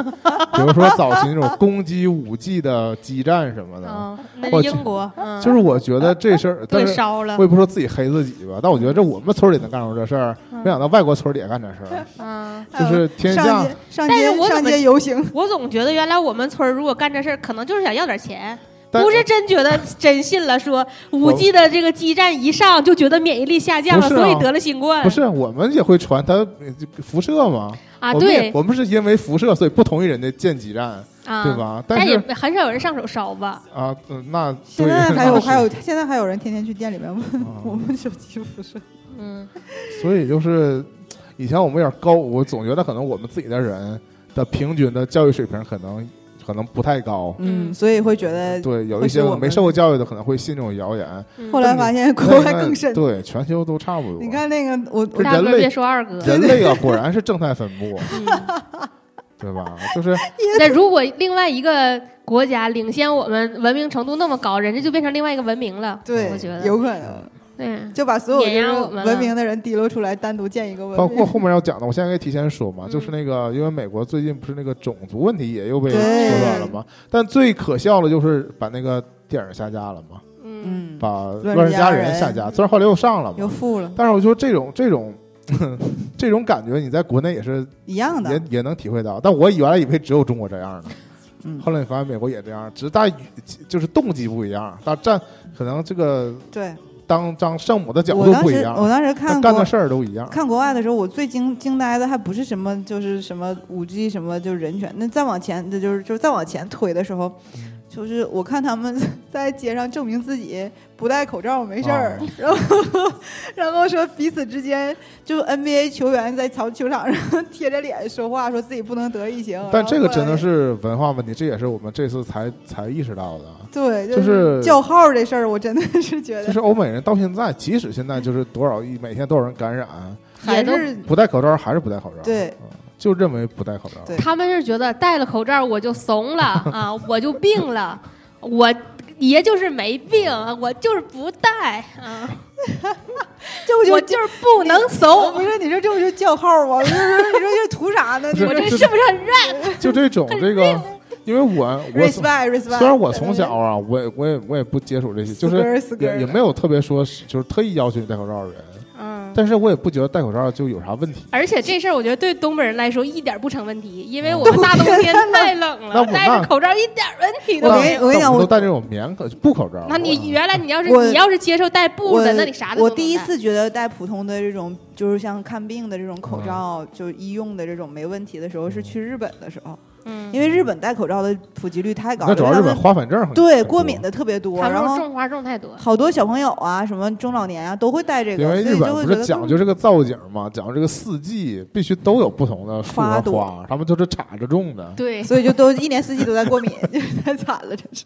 S2: 比如说早期那种攻击五 G 的基站什么的，
S3: 嗯，那
S2: 我
S3: 是
S2: 去
S3: 英
S2: [laughs]
S3: 国，嗯，
S2: 啊就是我觉得这
S3: [laughs]
S2: 事儿，但
S3: 对
S2: 是
S3: 烧了
S2: 我，也不说自己黑自己吧，但我觉得这我们村儿里能干出这事儿，
S3: 嗯
S2: 没想到外国村儿里也干这事儿，
S3: [laughs] 嗯，
S2: 就是天
S4: 上
S2: 下
S4: 街上
S3: 但是
S4: 街
S3: 我怎
S4: 上
S3: 么
S4: 街游行，
S3: 我总觉得原来我们村儿如果干这事儿，可能就是想要点钱，
S2: 但
S3: 不是真觉得真信了，说五 G 的这个基站一上就觉得免疫力下降了，
S2: 不是啊
S3: 所以得了新冠。
S2: 不是我们也会传它呃就辐射嘛？
S3: 啊，
S2: 我们也
S3: 对
S2: 我们是因为辐射，所以不同意人家建基站，
S4: 嗯
S3: 啊，
S2: 对？吧？但
S3: 但也
S2: 是
S3: 很少有人上手烧吧？
S2: 啊，嗯
S4: [laughs]
S2: 那对 [laughs]
S4: 现在还有
S2: 那是
S4: 还有现在还有人天天去店里面问
S2: 啊
S4: 我们手机不是
S3: 嗯，
S2: 所以就是以前我们有点高，我总觉得可能我们自己的人的平均的教育水平可能可能不太高。
S4: 嗯，所以会觉得
S2: 对，有一
S4: 会
S2: 些
S4: 是我们
S2: 没受过教育的可能会信这种谣言。
S4: 后来发现 [laughs] 国外更甚。
S2: 对，全球都差不多。
S4: 你看那个我
S2: 是
S4: 我
S5: 嗯大
S2: 人
S5: 哥
S2: 类
S5: 别说二哥，嗯
S2: 人类啊，果然是正态分布，对吧？
S4: [laughs]
S2: 就是
S5: 那如果另外一个国家领先我们文明程度那么高，人家就变成另外一个文明了。嗯
S4: 对
S5: 我觉得
S4: 有可能
S5: 对，
S4: 就把所有
S5: 碾压
S4: 就是
S5: 我们了
S4: 文明的人提溜出来，单独建一个文
S2: 包括
S4: 明。
S2: 后面要讲的，我现在可以提前说嘛，
S5: 嗯
S2: 就是那个，因为美国最近不是那个种族问题也又被说
S4: 对
S2: 出来了嘛，但最可笑的就是把那个电影下架了嘛，
S5: 嗯，
S4: 嗯，
S2: 把《
S4: 乱
S2: 乱世
S4: 世
S2: 佳
S4: 佳
S2: 人》
S4: 人
S2: 下架，虽然后来又上了
S4: 又
S2: 嘛，
S4: 富了，
S2: 但是我说这种这种。 [laughs] 这种感觉你在国内也是
S4: 一样
S2: 也
S4: 嗯的。
S2: 也能体会到，但我原来以为只有中国这样呢，
S4: 嗯，
S2: 后来你发现美国也这样，只是大家就是动机不一样，大战可能这个
S4: 对，
S2: 当当圣母的角
S4: 我
S2: 度
S4: 当
S2: 不一
S4: 时
S2: 样，
S4: 我当
S2: 他
S4: 时看
S2: 干的
S4: 国
S2: 事儿都一样。
S4: 看国外的时候，我最惊惊呆的还不是什么，就是什么五 G 什么，就是人权。那再往前，那就是就是再往前推的时候，
S2: 嗯
S4: 就是我看他们在街上证明自己不戴口罩没事儿，
S2: 哦
S4: 然后 [laughs] 然后说彼此之间就 NBA 球员在球球场上贴着脸说话，说自己不能得疫情。然
S2: 但
S4: 后
S2: 这个
S4: 后来
S2: 真的是文化问题，这也是我们这次才才意识到的。
S4: 对，
S2: 就是是
S4: 叫号这事儿，我真的是觉
S2: 就
S4: [laughs] 得
S2: 是欧美人到现在，即使现在就是多少亿每天多少人感染，
S4: 还
S5: 也都
S4: 是
S2: 不戴口罩还是不戴口罩，
S4: 对
S2: 嗯，就认为不戴口罩。
S4: 对
S5: 他们是觉得戴了口罩我就怂
S2: [laughs]
S5: 了啊，我就病了，我爷就是没病，我就是不戴啊，
S4: 这不
S5: 我
S4: 就
S5: 就是不能
S4: 哦，
S5: 怂
S4: 不。是你说这不就叫号吗？你说你说这图啥
S2: [laughs]
S4: 呢？
S2: 不
S5: [laughs] 我
S2: 是
S5: 这是不是很
S2: [laughs]
S5: rap？
S4: [laughs]
S2: 就这种这个，因为我我
S4: respect respect。
S2: 虽然我从小啊，我也我也我也不接触这些，就是也也没有特别说是就是特意要求你戴口罩的人，
S5: 嗯，
S2: 但是我也不觉得戴口罩就有啥问题。
S5: 而且这事儿我觉得对东北人来说一点不成问题，因为
S2: 嗯
S5: 我们大冬天太冷
S2: 那
S5: 了
S2: 我，
S5: 戴
S2: 那
S5: 着口罩一点问题都
S4: 我
S5: 没
S4: 跟
S5: 有。
S4: 我跟你讲，
S2: 都
S4: 我
S2: 戴这种棉口布口罩，
S5: 那你原来你要是
S4: 我
S5: 你要是接受戴布
S4: 我
S5: 的，那你啥的
S4: 我
S5: 都能
S4: 第一
S5: 戴
S4: 次觉得戴普通的这种，就是像看病的这种
S2: 嗯
S4: 口罩，就医用的这种没问题的时候，是去日本的时候，
S5: 嗯，
S4: 因为日本戴口罩的普及率太高
S2: 那
S4: 了，
S2: 主要日
S4: 他
S2: 本
S4: 们
S2: 花粉症很
S4: 对
S2: 很多
S4: 过敏的特别多，
S5: 他们
S4: 然
S5: 说
S4: 后
S5: 种花种太多，
S4: 好多小朋友啊，什么中老年啊，都会戴这
S2: 因为
S4: 个，所
S2: 日
S4: 以
S2: 本不
S4: 就会觉
S2: 是
S4: 得
S2: 讲究这个造景嘛，讲究这个四季必须都有不同的树
S4: 花
S2: 和
S4: 朵
S2: 花，他们都是插着种的。
S5: 对，
S4: 所以就都一年四季都在过敏， [laughs] 就太惨了，真是。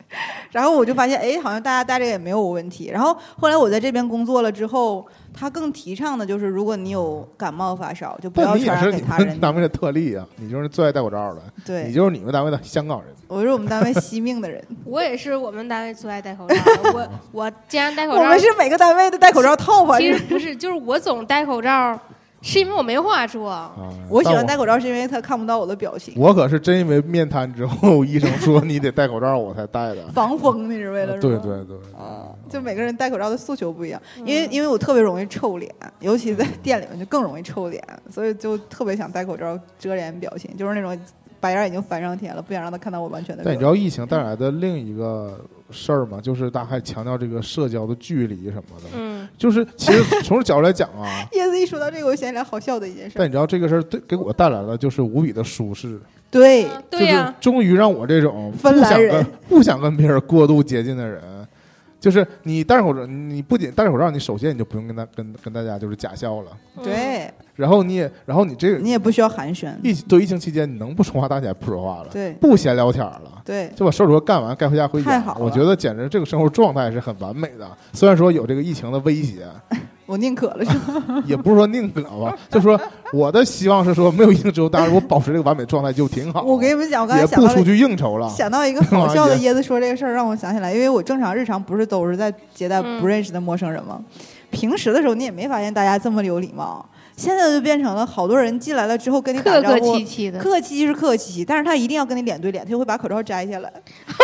S4: 然后我就发现，哎，好像大家戴这个也没有问题。然后后来我在这边工作了之后，他更提倡的就是，如果你有感冒发烧，就不
S2: 但
S4: 要
S2: 你也
S4: 传
S2: 是
S4: 染
S2: 你
S4: 给他
S2: 们
S4: 人。
S2: 单位的特例啊，你就是最爱戴口罩的，你
S4: 对，
S2: 就是你们单位的香港人。
S4: 我是我们单位惜命的人，
S5: 我也是我们单位最爱戴口罩， [laughs] 我我既然戴口
S4: 我
S5: 罩
S4: 们，是每个单位的戴口罩 top 啊。
S5: 其
S4: 这
S5: 实
S2: 嗯
S4: 是
S5: 不是，就是我总戴口罩，是因为我没话说。
S2: 啊，
S4: 我喜
S2: 但
S4: 欢戴口罩是因为他看不到我的表情，
S2: 我可是真因为面瘫之后，医生说你得戴口罩，我才戴
S4: [laughs]
S2: 的。
S4: 防风你是为了是
S2: 对
S4: 吗
S2: 对对，
S4: 啊，就每个人戴口罩的诉求不一样，因为因为我特别容易臭脸，尤其在店里面就更容易臭脸，所以就特别想戴口罩遮掩表情，就是那种白眼已经翻上天了，不想让他看到我完全的
S2: 但你知
S4: 表情。
S2: 道疫情带来的另一个事儿吗？就是大家还强调这个社交的距离什么的。
S5: 嗯，
S2: 就是其实从这角度来讲
S4: [laughs]，
S2: 啊
S4: 叶子一说到这个，我想起来好笑的一件事儿，
S2: 但你知道这个事儿对给我带来了就是无比的舒适，
S4: 对，
S5: 嗯对
S2: 就
S5: 呀、
S2: 是终于让我这种不
S4: 芬兰
S2: 想跟
S4: 人
S2: [laughs] 不想跟别人过度接近的人。就是你戴着口罩，你不仅戴着口罩，你首先你就不用跟他跟跟大家就是假笑了，
S5: 嗯，
S4: 对
S2: 然后你也然后你这个
S4: 你也不需要寒暄，
S2: 疫对疫情期间，你能不说话大家也不说话了，
S4: 对
S2: 不闲聊天了，
S4: 对，
S2: 就把事儿都干完，该回家回
S4: 太
S2: 家
S4: 好。了
S2: 我觉得简直这个生活状态是很完美的。虽然说有这个疫情的威
S4: [laughs]
S2: 胁，
S4: 我宁可
S2: [laughs]
S4: 了是吧？
S2: 也不是说宁可吧，就说我的希望是说没有疫情之后，当然我保持这个完美状态就挺好。
S4: 我给你们讲，我刚才
S2: 也
S4: 想
S2: 不
S4: 到
S2: 出
S4: 了。
S2: 去应酬了。
S4: 想到一个好笑的椰子说这个事儿，让我想起来，因为我正常日常不是都是在接待
S5: 嗯
S4: 不认识的陌生人吗？平时的时候你也没发现大家这么有礼貌，现在就变成了好多人进来了之后跟你打
S5: 客
S4: 招
S5: 客
S4: 呼，
S5: 气气的，
S4: 客气是客气，但是他一定要跟你脸对脸，他就会把口罩摘下 [laughs] 来，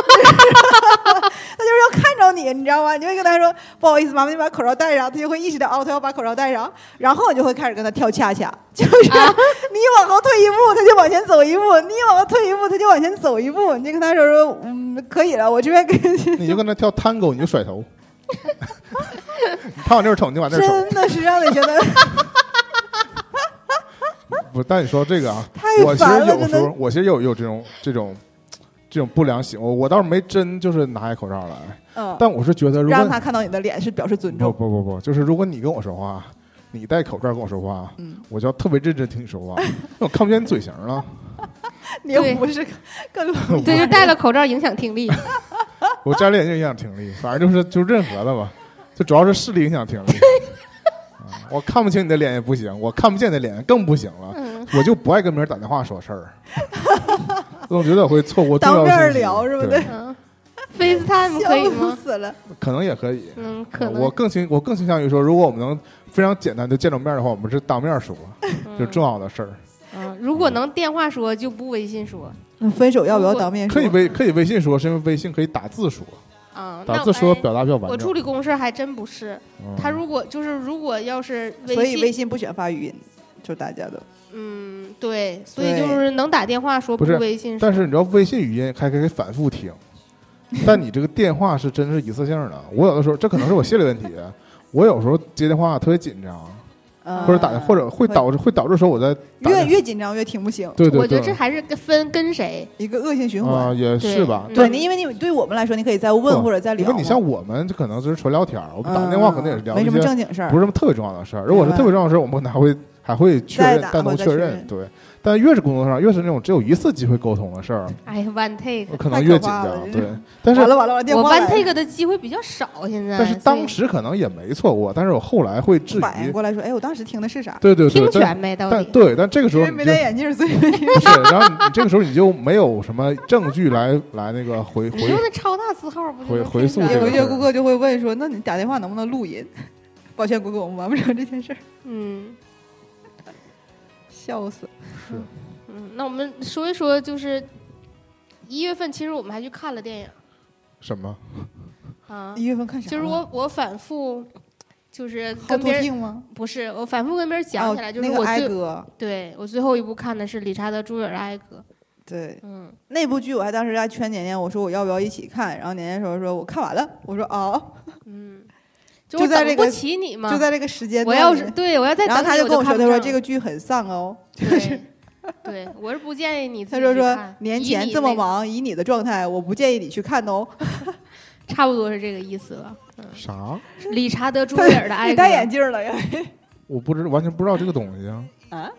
S4: 他就是要看着你，你知道吗？你就会跟他说不好意思，麻烦你把口罩戴上，他就会意识到哦，他要把口罩戴上，然后你就会开始跟他跳恰恰， [laughs] 就是、你往后退一步，他就往前走一步；你往后退一步，他就往前走一步。你就跟他说说，嗯，可以了，我这边给你。
S2: 你就跟他跳探戈，你就甩头。 [laughs] 他往这儿瞅，你就 [laughs] 往那儿瞅。
S4: 真的是让你觉得
S2: 不，但你说这个啊，
S4: [laughs] 太
S2: 我其实
S4: 烦了，
S2: 有
S4: 真
S2: 时
S4: 的
S2: 候，我其实有有这种这种这种不良行为，我我倒是没真就是拿下口罩来，
S4: 嗯，
S2: [laughs] 但我是觉得如果
S4: 让他看到你的脸是表示尊
S2: 不
S4: 重。
S2: 不不不，就是如果你跟我说话，你戴口罩跟我说话，
S4: 嗯
S2: 我就要特别认真听你说话， [laughs] 那我看不见你嘴型了。 [laughs]
S4: 你又
S5: 对
S4: 不是更
S5: 对，就戴了口罩影响听
S4: [laughs]
S5: 力。 [laughs]
S2: 我摘了眼镜影响听力，反正就是就任何的吧，就主要是视力影响听
S4: [laughs]
S2: 力。啊我看不清你的脸也不行，我看不见你的脸更不行了。
S5: 嗯，
S2: 我就不爱跟别人打电话说事
S4: [laughs]
S2: 儿， [laughs] 总觉得我会错过重要
S4: 当面
S2: 信息
S4: 聊是吧
S2: 对，
S5: 嗯，FaceTime
S4: 嗯
S5: 可以
S4: 笑
S5: 吗？
S4: 死了。
S2: 可能也可以。呃
S5: 嗯，可能
S2: 我更倾我更倾向于说，如果我们能非常简单的见着面的话，我们是当面
S5: [laughs]
S2: 说，就重要的事儿。
S5: 嗯，如果能电话说，就不微信说。
S4: 那分手要不要当面说
S2: 可以？微可以微信说，是因为微信可以打字说，
S5: 啊，那
S2: 打字说表达比较完
S5: 我
S2: 整
S5: 处。理公事还真不是。
S2: 嗯
S5: 他如果就是如果要是
S4: 所以微
S5: 信，
S4: 信不选发语音，就大家都
S5: 嗯，对，所以
S4: 对
S5: 就是能打电话说，
S2: 不
S5: 不
S2: 是
S5: 微信说。
S2: 但是你知道微信语音还可以反复听，但你这个电话是真是一次性的。我有的时候这可能是我心理问题，我有时候接电话特别紧
S5: 啊
S2: 张，
S4: 呃
S2: 或者打或者会导致会导致说我在打
S4: 越
S2: 电
S4: 越紧张越听不清，
S2: 对对
S5: 我觉得这
S2: 对
S5: 还是跟分跟谁。
S4: 一个恶性循
S2: 啊
S4: 环。
S2: 也
S5: 对
S2: 是吧
S5: 嗯？
S4: 对你，因为你对我们来说，你可以再问
S2: 不
S4: 或者再
S2: 因
S4: 聊
S2: 为
S4: 嘛。
S2: 你像我们这可能就是纯聊天儿，我们打
S4: 嗯
S2: 电话可能也是聊
S4: 没
S2: 一
S4: 什么
S2: 些
S4: 正经事儿
S2: 不。是什么特别重要的事儿。如果是
S4: 明白
S2: 特别重要的事儿，我们可能还会还会确
S4: 再
S2: 认
S4: 打
S2: 单独
S4: 或者再
S2: 确
S4: 确
S2: 认。
S4: 认
S2: 对，但越是工作上，越是那种只有一次机会沟通的事
S4: [laughs]
S2: 儿，
S5: 哎呀，one take，
S2: 我可能
S4: 太
S2: 越
S4: 可
S2: 紧
S4: 怕了
S2: 张。
S4: 这
S2: 对，但是
S4: 完了完了完了，电
S5: 我
S4: 话
S5: one
S4: 来了
S5: take 的机会比较少，现在。
S2: 但是
S5: 所以
S2: 当时可能也没错过，但是我后来会质
S4: 反应
S2: 疑。
S4: 过来说，哎，我当时听的是啥？
S2: 对对对
S5: 听，
S2: 但
S5: 全没道
S2: 但
S5: 理。
S2: 对，但这个时
S4: 因
S2: 候
S4: 为
S2: 你
S4: 没
S2: 就
S4: 戴眼镜，所以 [laughs]
S2: 不是，然后你这个时候你就没有什么证据来来那个回
S5: 你用
S2: 回
S5: 那超大字号不就
S2: 回
S5: 能
S2: 回
S5: 听
S2: 溯
S5: 出来
S2: 这
S5: 吗
S2: 个
S4: 有一
S2: 事
S4: 些
S2: 儿
S4: 顾客就会问说，那你打电话能不能录音？抱歉，顾客，我们完不成这件事儿，
S5: 嗯
S4: 笑死。
S2: 是
S5: 嗯，那我们说一说，就是一月份，其实我们还去看了电影
S2: 什么？
S5: 啊
S4: 一，月份看啥了？
S5: 就是我我反复就是
S4: 好
S5: 跟
S4: 多
S5: 别人
S4: 听吗？
S5: 不是我反复跟别人讲起来，
S4: 哦
S5: 就是
S4: 那个
S5: 我
S4: 哀
S5: 最、
S4: 歌，
S5: 对我最后一部看的是理查德·朱尔的《哀歌》，
S4: 对
S5: 嗯，
S4: 那部剧，我还当时还劝年年，我说我要不要一起看？然后年年说说我看完了，我说哦，
S5: 嗯，
S4: 就
S5: 我
S4: 在
S5: 等
S4: 这
S5: 不
S4: 个
S5: 起你嘛，
S4: 就在这个时间
S5: 嗯我
S4: 段
S5: 要
S4: 里
S5: 是对我要再等
S4: 然后他
S5: 你
S4: 就跟我说，
S5: 看
S4: 他
S5: 不
S4: 说
S5: 上
S4: 这个剧很丧哦，
S5: 对，对我是不建
S4: [laughs]
S5: 议你自
S4: 他
S5: 己
S4: 说
S5: 去
S4: 说
S5: 看，
S4: 年
S5: 以
S4: 前
S5: 你
S4: 这么
S5: 那个，
S4: 忙，以你的状态，我不建议你去
S5: [laughs]
S4: 看哦。
S5: 差不多是这个意思吧。嗯，
S2: 啥？
S5: 理查德·朱
S4: [laughs]
S5: 尔的《哀
S4: 你
S5: 歌
S4: 戴》眼镜
S2: [laughs]
S4: 了呀？
S2: 我不知完全不知道这个东西啊。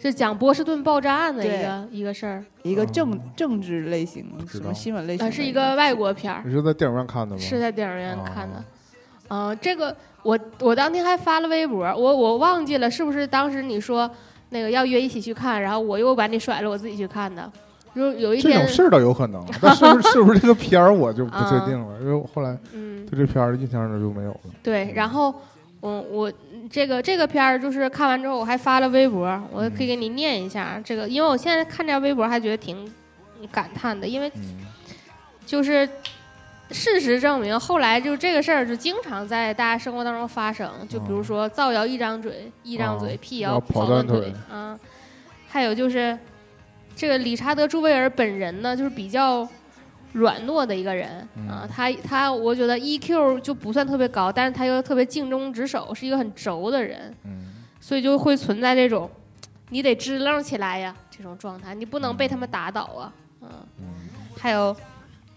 S5: 是讲波士顿爆炸案的一
S4: 对
S5: 个一个事儿，
S4: 一个政政治类型，
S2: 嗯知
S4: 什
S2: 道
S4: 么新闻类型
S5: 呃，
S4: 的？
S5: 是一个外国片儿，
S2: 你是在电影院看的吗？
S5: 是在电影院看的
S2: 哦。
S5: 嗯、这个我我当天还发了微博，我我忘记了是不是当时你说那个要约一起去看，然后我又把你甩了，我自己去看的。就有一
S2: 这
S5: 天
S2: 种，事儿倒有可能，但是不是是不是这个片儿我就不确定
S5: 啊
S2: 了，因为我后来
S5: 嗯，
S2: 对这片儿的印象就没有了。
S5: 对，然后我我这个这个片儿就是看完之后，我还发了微博，我
S2: 嗯
S5: 可以给你念一下这个，因为我现在看这条微博还觉得挺感叹的，因为
S2: 嗯，
S5: 就是事实证明，后来就这个事儿就经常在大家生活当中发生，就比如说造谣一张嘴，一张嘴
S2: 哦
S5: 辟
S2: 要
S5: 谣
S2: 跑
S5: 断
S2: 断
S5: 腿
S2: 腿
S5: 啊，还有就是这个理查德·朱维尔本人呢，就是比较。软糯的一个人
S2: 嗯
S5: 啊，他他，我觉得 EQ 就不算特别高，但是他又特别尽忠职守，是一个很轴的人。
S2: 嗯，
S5: 所以就会存在这种，你得支棱起来呀这种状态，你不能被他们打倒啊，嗯，还有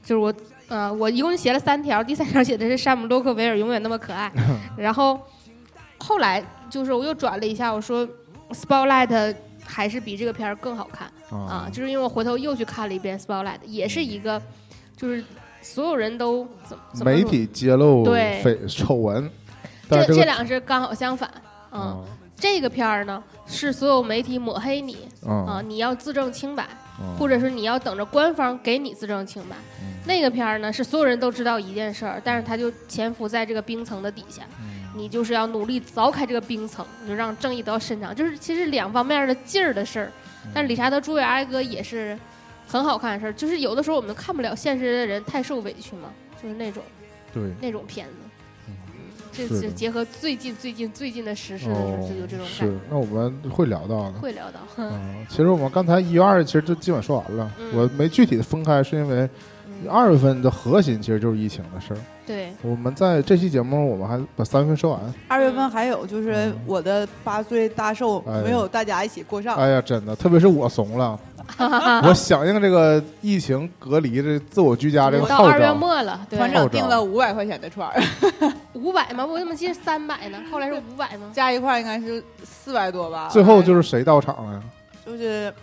S5: 就是我，呃，我一共写了三条，第三条写的是山姆洛克维尔永远那么
S2: [laughs]
S5: 可爱，然后后来就是我又转了一下，我说 Spotlight 还是比这个片儿更好看。
S2: 哦
S5: 啊，就是因为我回头又去看了一遍《Spotlight》，也是一个，就是所有人都怎么怎么
S2: 嗯媒
S5: 说
S2: 体揭露
S5: 对
S2: 绯丑闻，但是
S5: 这
S2: 这
S5: 这
S2: 个
S5: 两个是刚好相反，嗯，
S2: 啊
S5: 这个片儿呢是所有媒体抹黑你啊、
S2: 啊，
S5: 你要自证清白，
S2: 啊
S5: 或者是你要等着官方给你自证清白。
S2: 嗯
S5: 那个片儿呢是所有人都知道一件事儿，但是他就潜伏在这个冰层的底下，
S2: 嗯
S5: 你就是要努力凿开这个冰层，就让正义得到伸张。就是其实两方面的劲儿的事儿，
S2: 嗯
S5: 但是理查德·朱维埃哥也是很好看的事儿。就是有的时候我们看不了现实的人太受委屈嘛，就是那种
S2: 对
S5: 那种片子。
S2: 嗯
S5: 这
S2: 是的
S5: 是结合最近最近最近的时事的时候，
S2: 哦
S5: 就有这种感觉
S2: 是，那我们会聊到的。
S5: 会聊到。
S2: 嗯，其实我们刚才一月二其实就基本说完了，
S5: 嗯
S2: 我没具体的分开，是因为
S5: 嗯，
S2: 二月份的核心其实就是疫情的事儿。
S5: 对，
S2: 我们在这期节目，我们还把三月份说完。
S6: 二月份还有就是
S2: 嗯
S6: 我的八岁大寿
S2: 哎
S6: 没有大家一起过上，
S2: 哎呀，真的，特别是我怂
S5: [laughs]
S2: 了，我响应这个疫情隔离、这自我居家这个
S5: 到
S2: 号
S5: 二月
S2: 召。
S5: 末了，对，哦
S6: 团
S2: 后
S6: 长
S2: 招
S6: 订了五百块钱的串
S4: [laughs]
S6: 儿，
S5: 五百吗？我怎么记得三百呢？后来是五百吗？
S6: 加一块儿应该是四百多吧。
S2: 最
S5: 哎
S2: 后就是谁到场了呀？
S6: 就是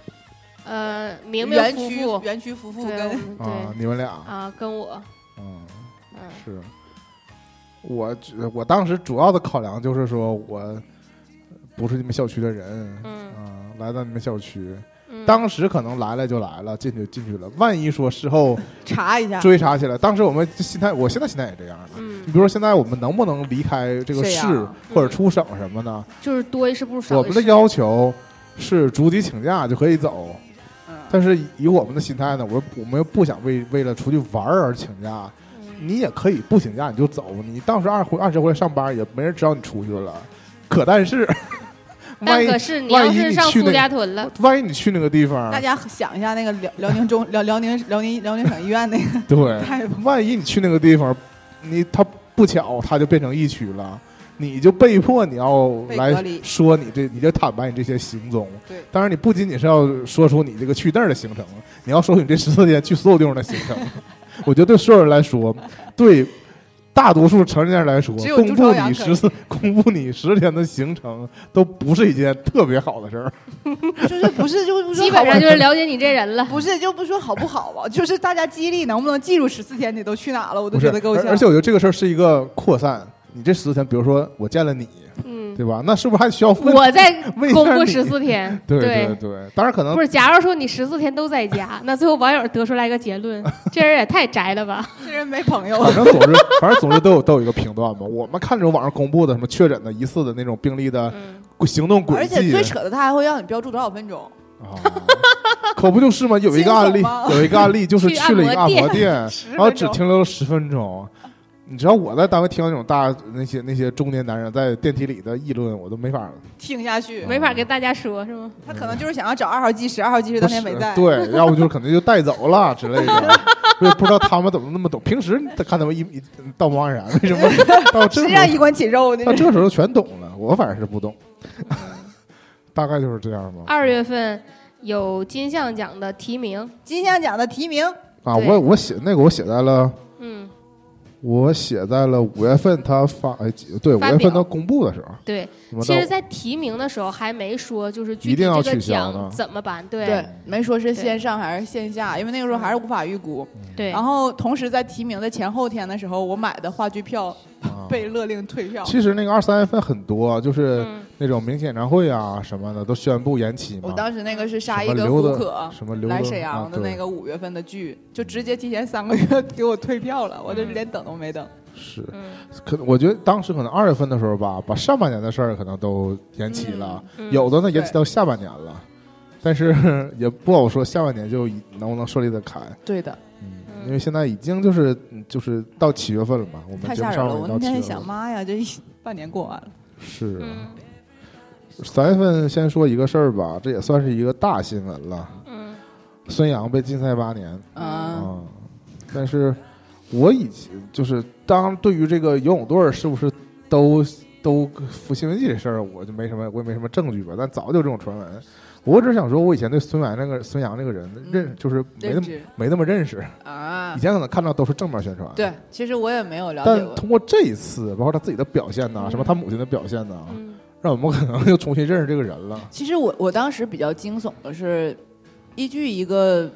S5: 呃，明明
S6: 园
S5: 夫
S6: 区
S5: 妇，
S6: 园区夫妇
S5: 对我
S6: 跟
S5: 们
S2: 啊，
S5: 对
S2: 你们俩，
S5: 啊，跟我，
S2: 嗯，
S5: 嗯
S2: 是。我我当时主要的考量就是说我不是你们小区的人，
S5: 嗯
S2: 啊，来到你们小区，
S5: 嗯，
S2: 当时可能来了就来了，进去进去了。万一说事后
S6: 查
S5: 啊
S6: 一下，
S2: 追查起来，当时我们心态，我现在心态也这样的。你
S5: 嗯，
S2: 比如说，现在我们能不能离开这个
S6: 是
S2: 市
S6: 呀
S2: 或者出省什么的？
S5: 就是多一事不如少一事。
S2: 我们的要求是逐级请假就可以走，
S6: 嗯，
S2: 但是以我们的心态呢，我我们又不想为为了出去玩儿而请假。
S5: 嗯
S2: 你也可以不请假你就走，你当时二回按时回来上班也没人知道你出去了。可但是，万
S5: 但
S2: 一
S5: 可是你
S2: 万
S5: 要
S2: 一
S5: 是
S2: 你
S5: 上
S2: 去
S5: 苏
S2: 那
S5: 家屯了，
S2: [laughs] 万一你去那个地方
S6: 大，家想一下那个辽辽宁中辽辽宁辽宁辽宁省医院那个
S5: [laughs]
S2: 对，
S6: 大夫，
S2: [laughs] 万一你去那个地方，你他不巧他就变成疫区了，你就被迫你要
S6: 被
S2: 来
S6: 隔离
S2: 说你这，你就坦白你这些行踪。
S6: 对
S2: 当然你不仅仅是要说出你这个去那儿的行程，你要说出你这十四天去所有地方的行程。 [laughs] 我觉得对所有人来说，对大多数成年人来说，
S6: 只有
S2: 公
S6: 朱
S2: 布
S6: 朝阳
S2: 你
S6: 可
S2: 十四公布你十天的行程，都不是一件特别好的事儿。
S6: 就是不是就是不是
S5: 基本
S6: 好
S5: 上就是了解你这
S2: [laughs]
S5: 人了。
S6: 不是就不说好不好吧，就是大家记忆力能不能记住十四天你都去哪了，我都
S2: 不是，
S6: 觉得够
S2: 而
S6: 呛。
S2: 而且我觉得这个事儿是一个扩散。你这十四天，比如说我见了你，
S5: 嗯，
S2: 对吧？那是不是还需要问
S5: 我在
S2: [laughs] 问一
S5: 公
S2: 下
S5: 布
S2: 你
S5: 十四天，
S2: [laughs] 对对对，当然可能
S5: 不是，假如说你十四天都在家，那最后网友得出来一个结
S2: [laughs]
S5: 论，这人也太宅了吧？
S6: 这人没朋友，
S2: 反正总之，反正总之都有都有一个评断嘛。我们看这种网上公布的什么确诊的、疑似的那种病例的
S5: 嗯，
S2: 行动轨
S6: 而
S2: 迹，
S6: 且最扯的，他还会让你标注多少分钟，
S2: 啊，可不就是吗？有一个案例
S6: 惊悚吗，
S2: 有一个案例就是
S5: 去
S2: 去了一个
S5: 按
S2: 按
S5: 摩
S2: 摩店，
S6: 十
S2: 然后
S6: 分
S2: 只
S6: 钟。
S2: 停留了十分钟。你知道我在单位听到那种大那些那些中年男人在电梯里的议论，我都没法儿
S6: 听下去，
S5: 没法跟大家说是吗？
S6: 他可能就是想要找二号技师，二号技师当天
S2: 不
S6: 没
S2: 是
S6: 在，
S2: 对，要不就是可能就带走了之类的。 [laughs] 我也不知道他们怎么那么懂，平时他看他们一一道貌岸然，啊为什
S6: [laughs]
S2: 么到
S6: 实
S2: 这时
S6: 际
S2: 候
S6: 上衣冠禽兽的
S2: 到。啊这时候全懂了，我反正是不懂，
S4: 嗯
S2: [laughs] 大概就是这样吧。
S5: 二月份有金像奖的提名，
S6: 金像奖的提名，
S2: 啊，
S5: 对
S2: 我我写那个我写在了，
S5: 嗯，
S2: 我写在了五月份他发，哎，几对，五
S5: 发
S2: 月份
S5: 表
S2: 他公布的时候，
S5: 对。
S2: 什么
S5: 其实，
S2: 的
S5: 在提名的时候还没说，就是具
S2: 一
S5: 体
S2: 定要
S5: 这个
S2: 取消
S5: 奖
S2: 呢
S5: 怎么办，对
S6: 对，没说是线上还是线下，因为那个时候还是无法预估。
S5: 对
S6: 然后同时在提名的前后天的时候，我买的话剧票
S2: 啊
S4: 被勒令退票。
S2: 其实那个二三月份很多，就是
S5: 嗯，
S2: 那种明星演唱会啊什么的都宣布延期
S4: 我
S2: 嘛。
S4: 当时那个是沙溢
S2: 什么
S4: 跟
S2: 刘
S4: 胡
S2: 德
S4: 可
S2: 什么刘
S4: 来
S2: 德
S4: 沈
S2: 啊
S4: 阳的
S2: 对
S4: 那个五月份的剧，就直接提前三个月 [laughs] 给我退票了，我这
S5: 嗯
S4: 连等都没等。
S2: 是，
S5: 嗯
S2: 可我觉得当时可能二月份的时候吧，把上半年的事儿可能都延期了，
S5: 嗯
S2: 有的呢延期到下半年了，但是 [laughs] 也不好说下半年就一能不能顺利的开，
S4: 对的，
S2: 嗯，
S5: 嗯
S2: 因为现在已经就是嗯就是到七月份了嘛，我们
S6: 太
S2: 节
S6: 吓
S2: 目
S6: 人
S2: 上
S6: 了！
S2: 午
S6: 我
S2: 也
S6: 那
S2: 到七
S6: 天
S2: 月
S6: 想，
S2: 份了，
S6: 妈呀，这一
S4: [laughs] 半年过完了，
S2: 是啊
S5: 嗯
S2: 三月份先说一个事儿吧，这也算是一个大新闻了，
S5: 嗯
S2: 孙杨被禁赛八年，
S4: 嗯，
S2: 啊，但是我以前就是当对于这个游泳队儿是不是都都服新闻记这事儿，我就没什么，我也没什么证据吧。但早就有这种传闻，我只想说，我以前对孙杨那个孙杨这个人
S6: 嗯
S2: 认就是没那
S4: 认
S2: 么
S4: 知
S2: 没那么认识，
S4: 啊
S2: 以，前可能看到都是正面宣传，
S4: 对，其实我也没有了解
S2: 但
S4: 过。
S2: 通过这一次，包括他自己的表现呐、
S5: 嗯
S2: 什么他母亲的表现呐、
S5: 嗯
S2: 让我们可能又 [laughs] 重新认识这个人了。
S4: 其实我我当时比较惊悚的是，依据一个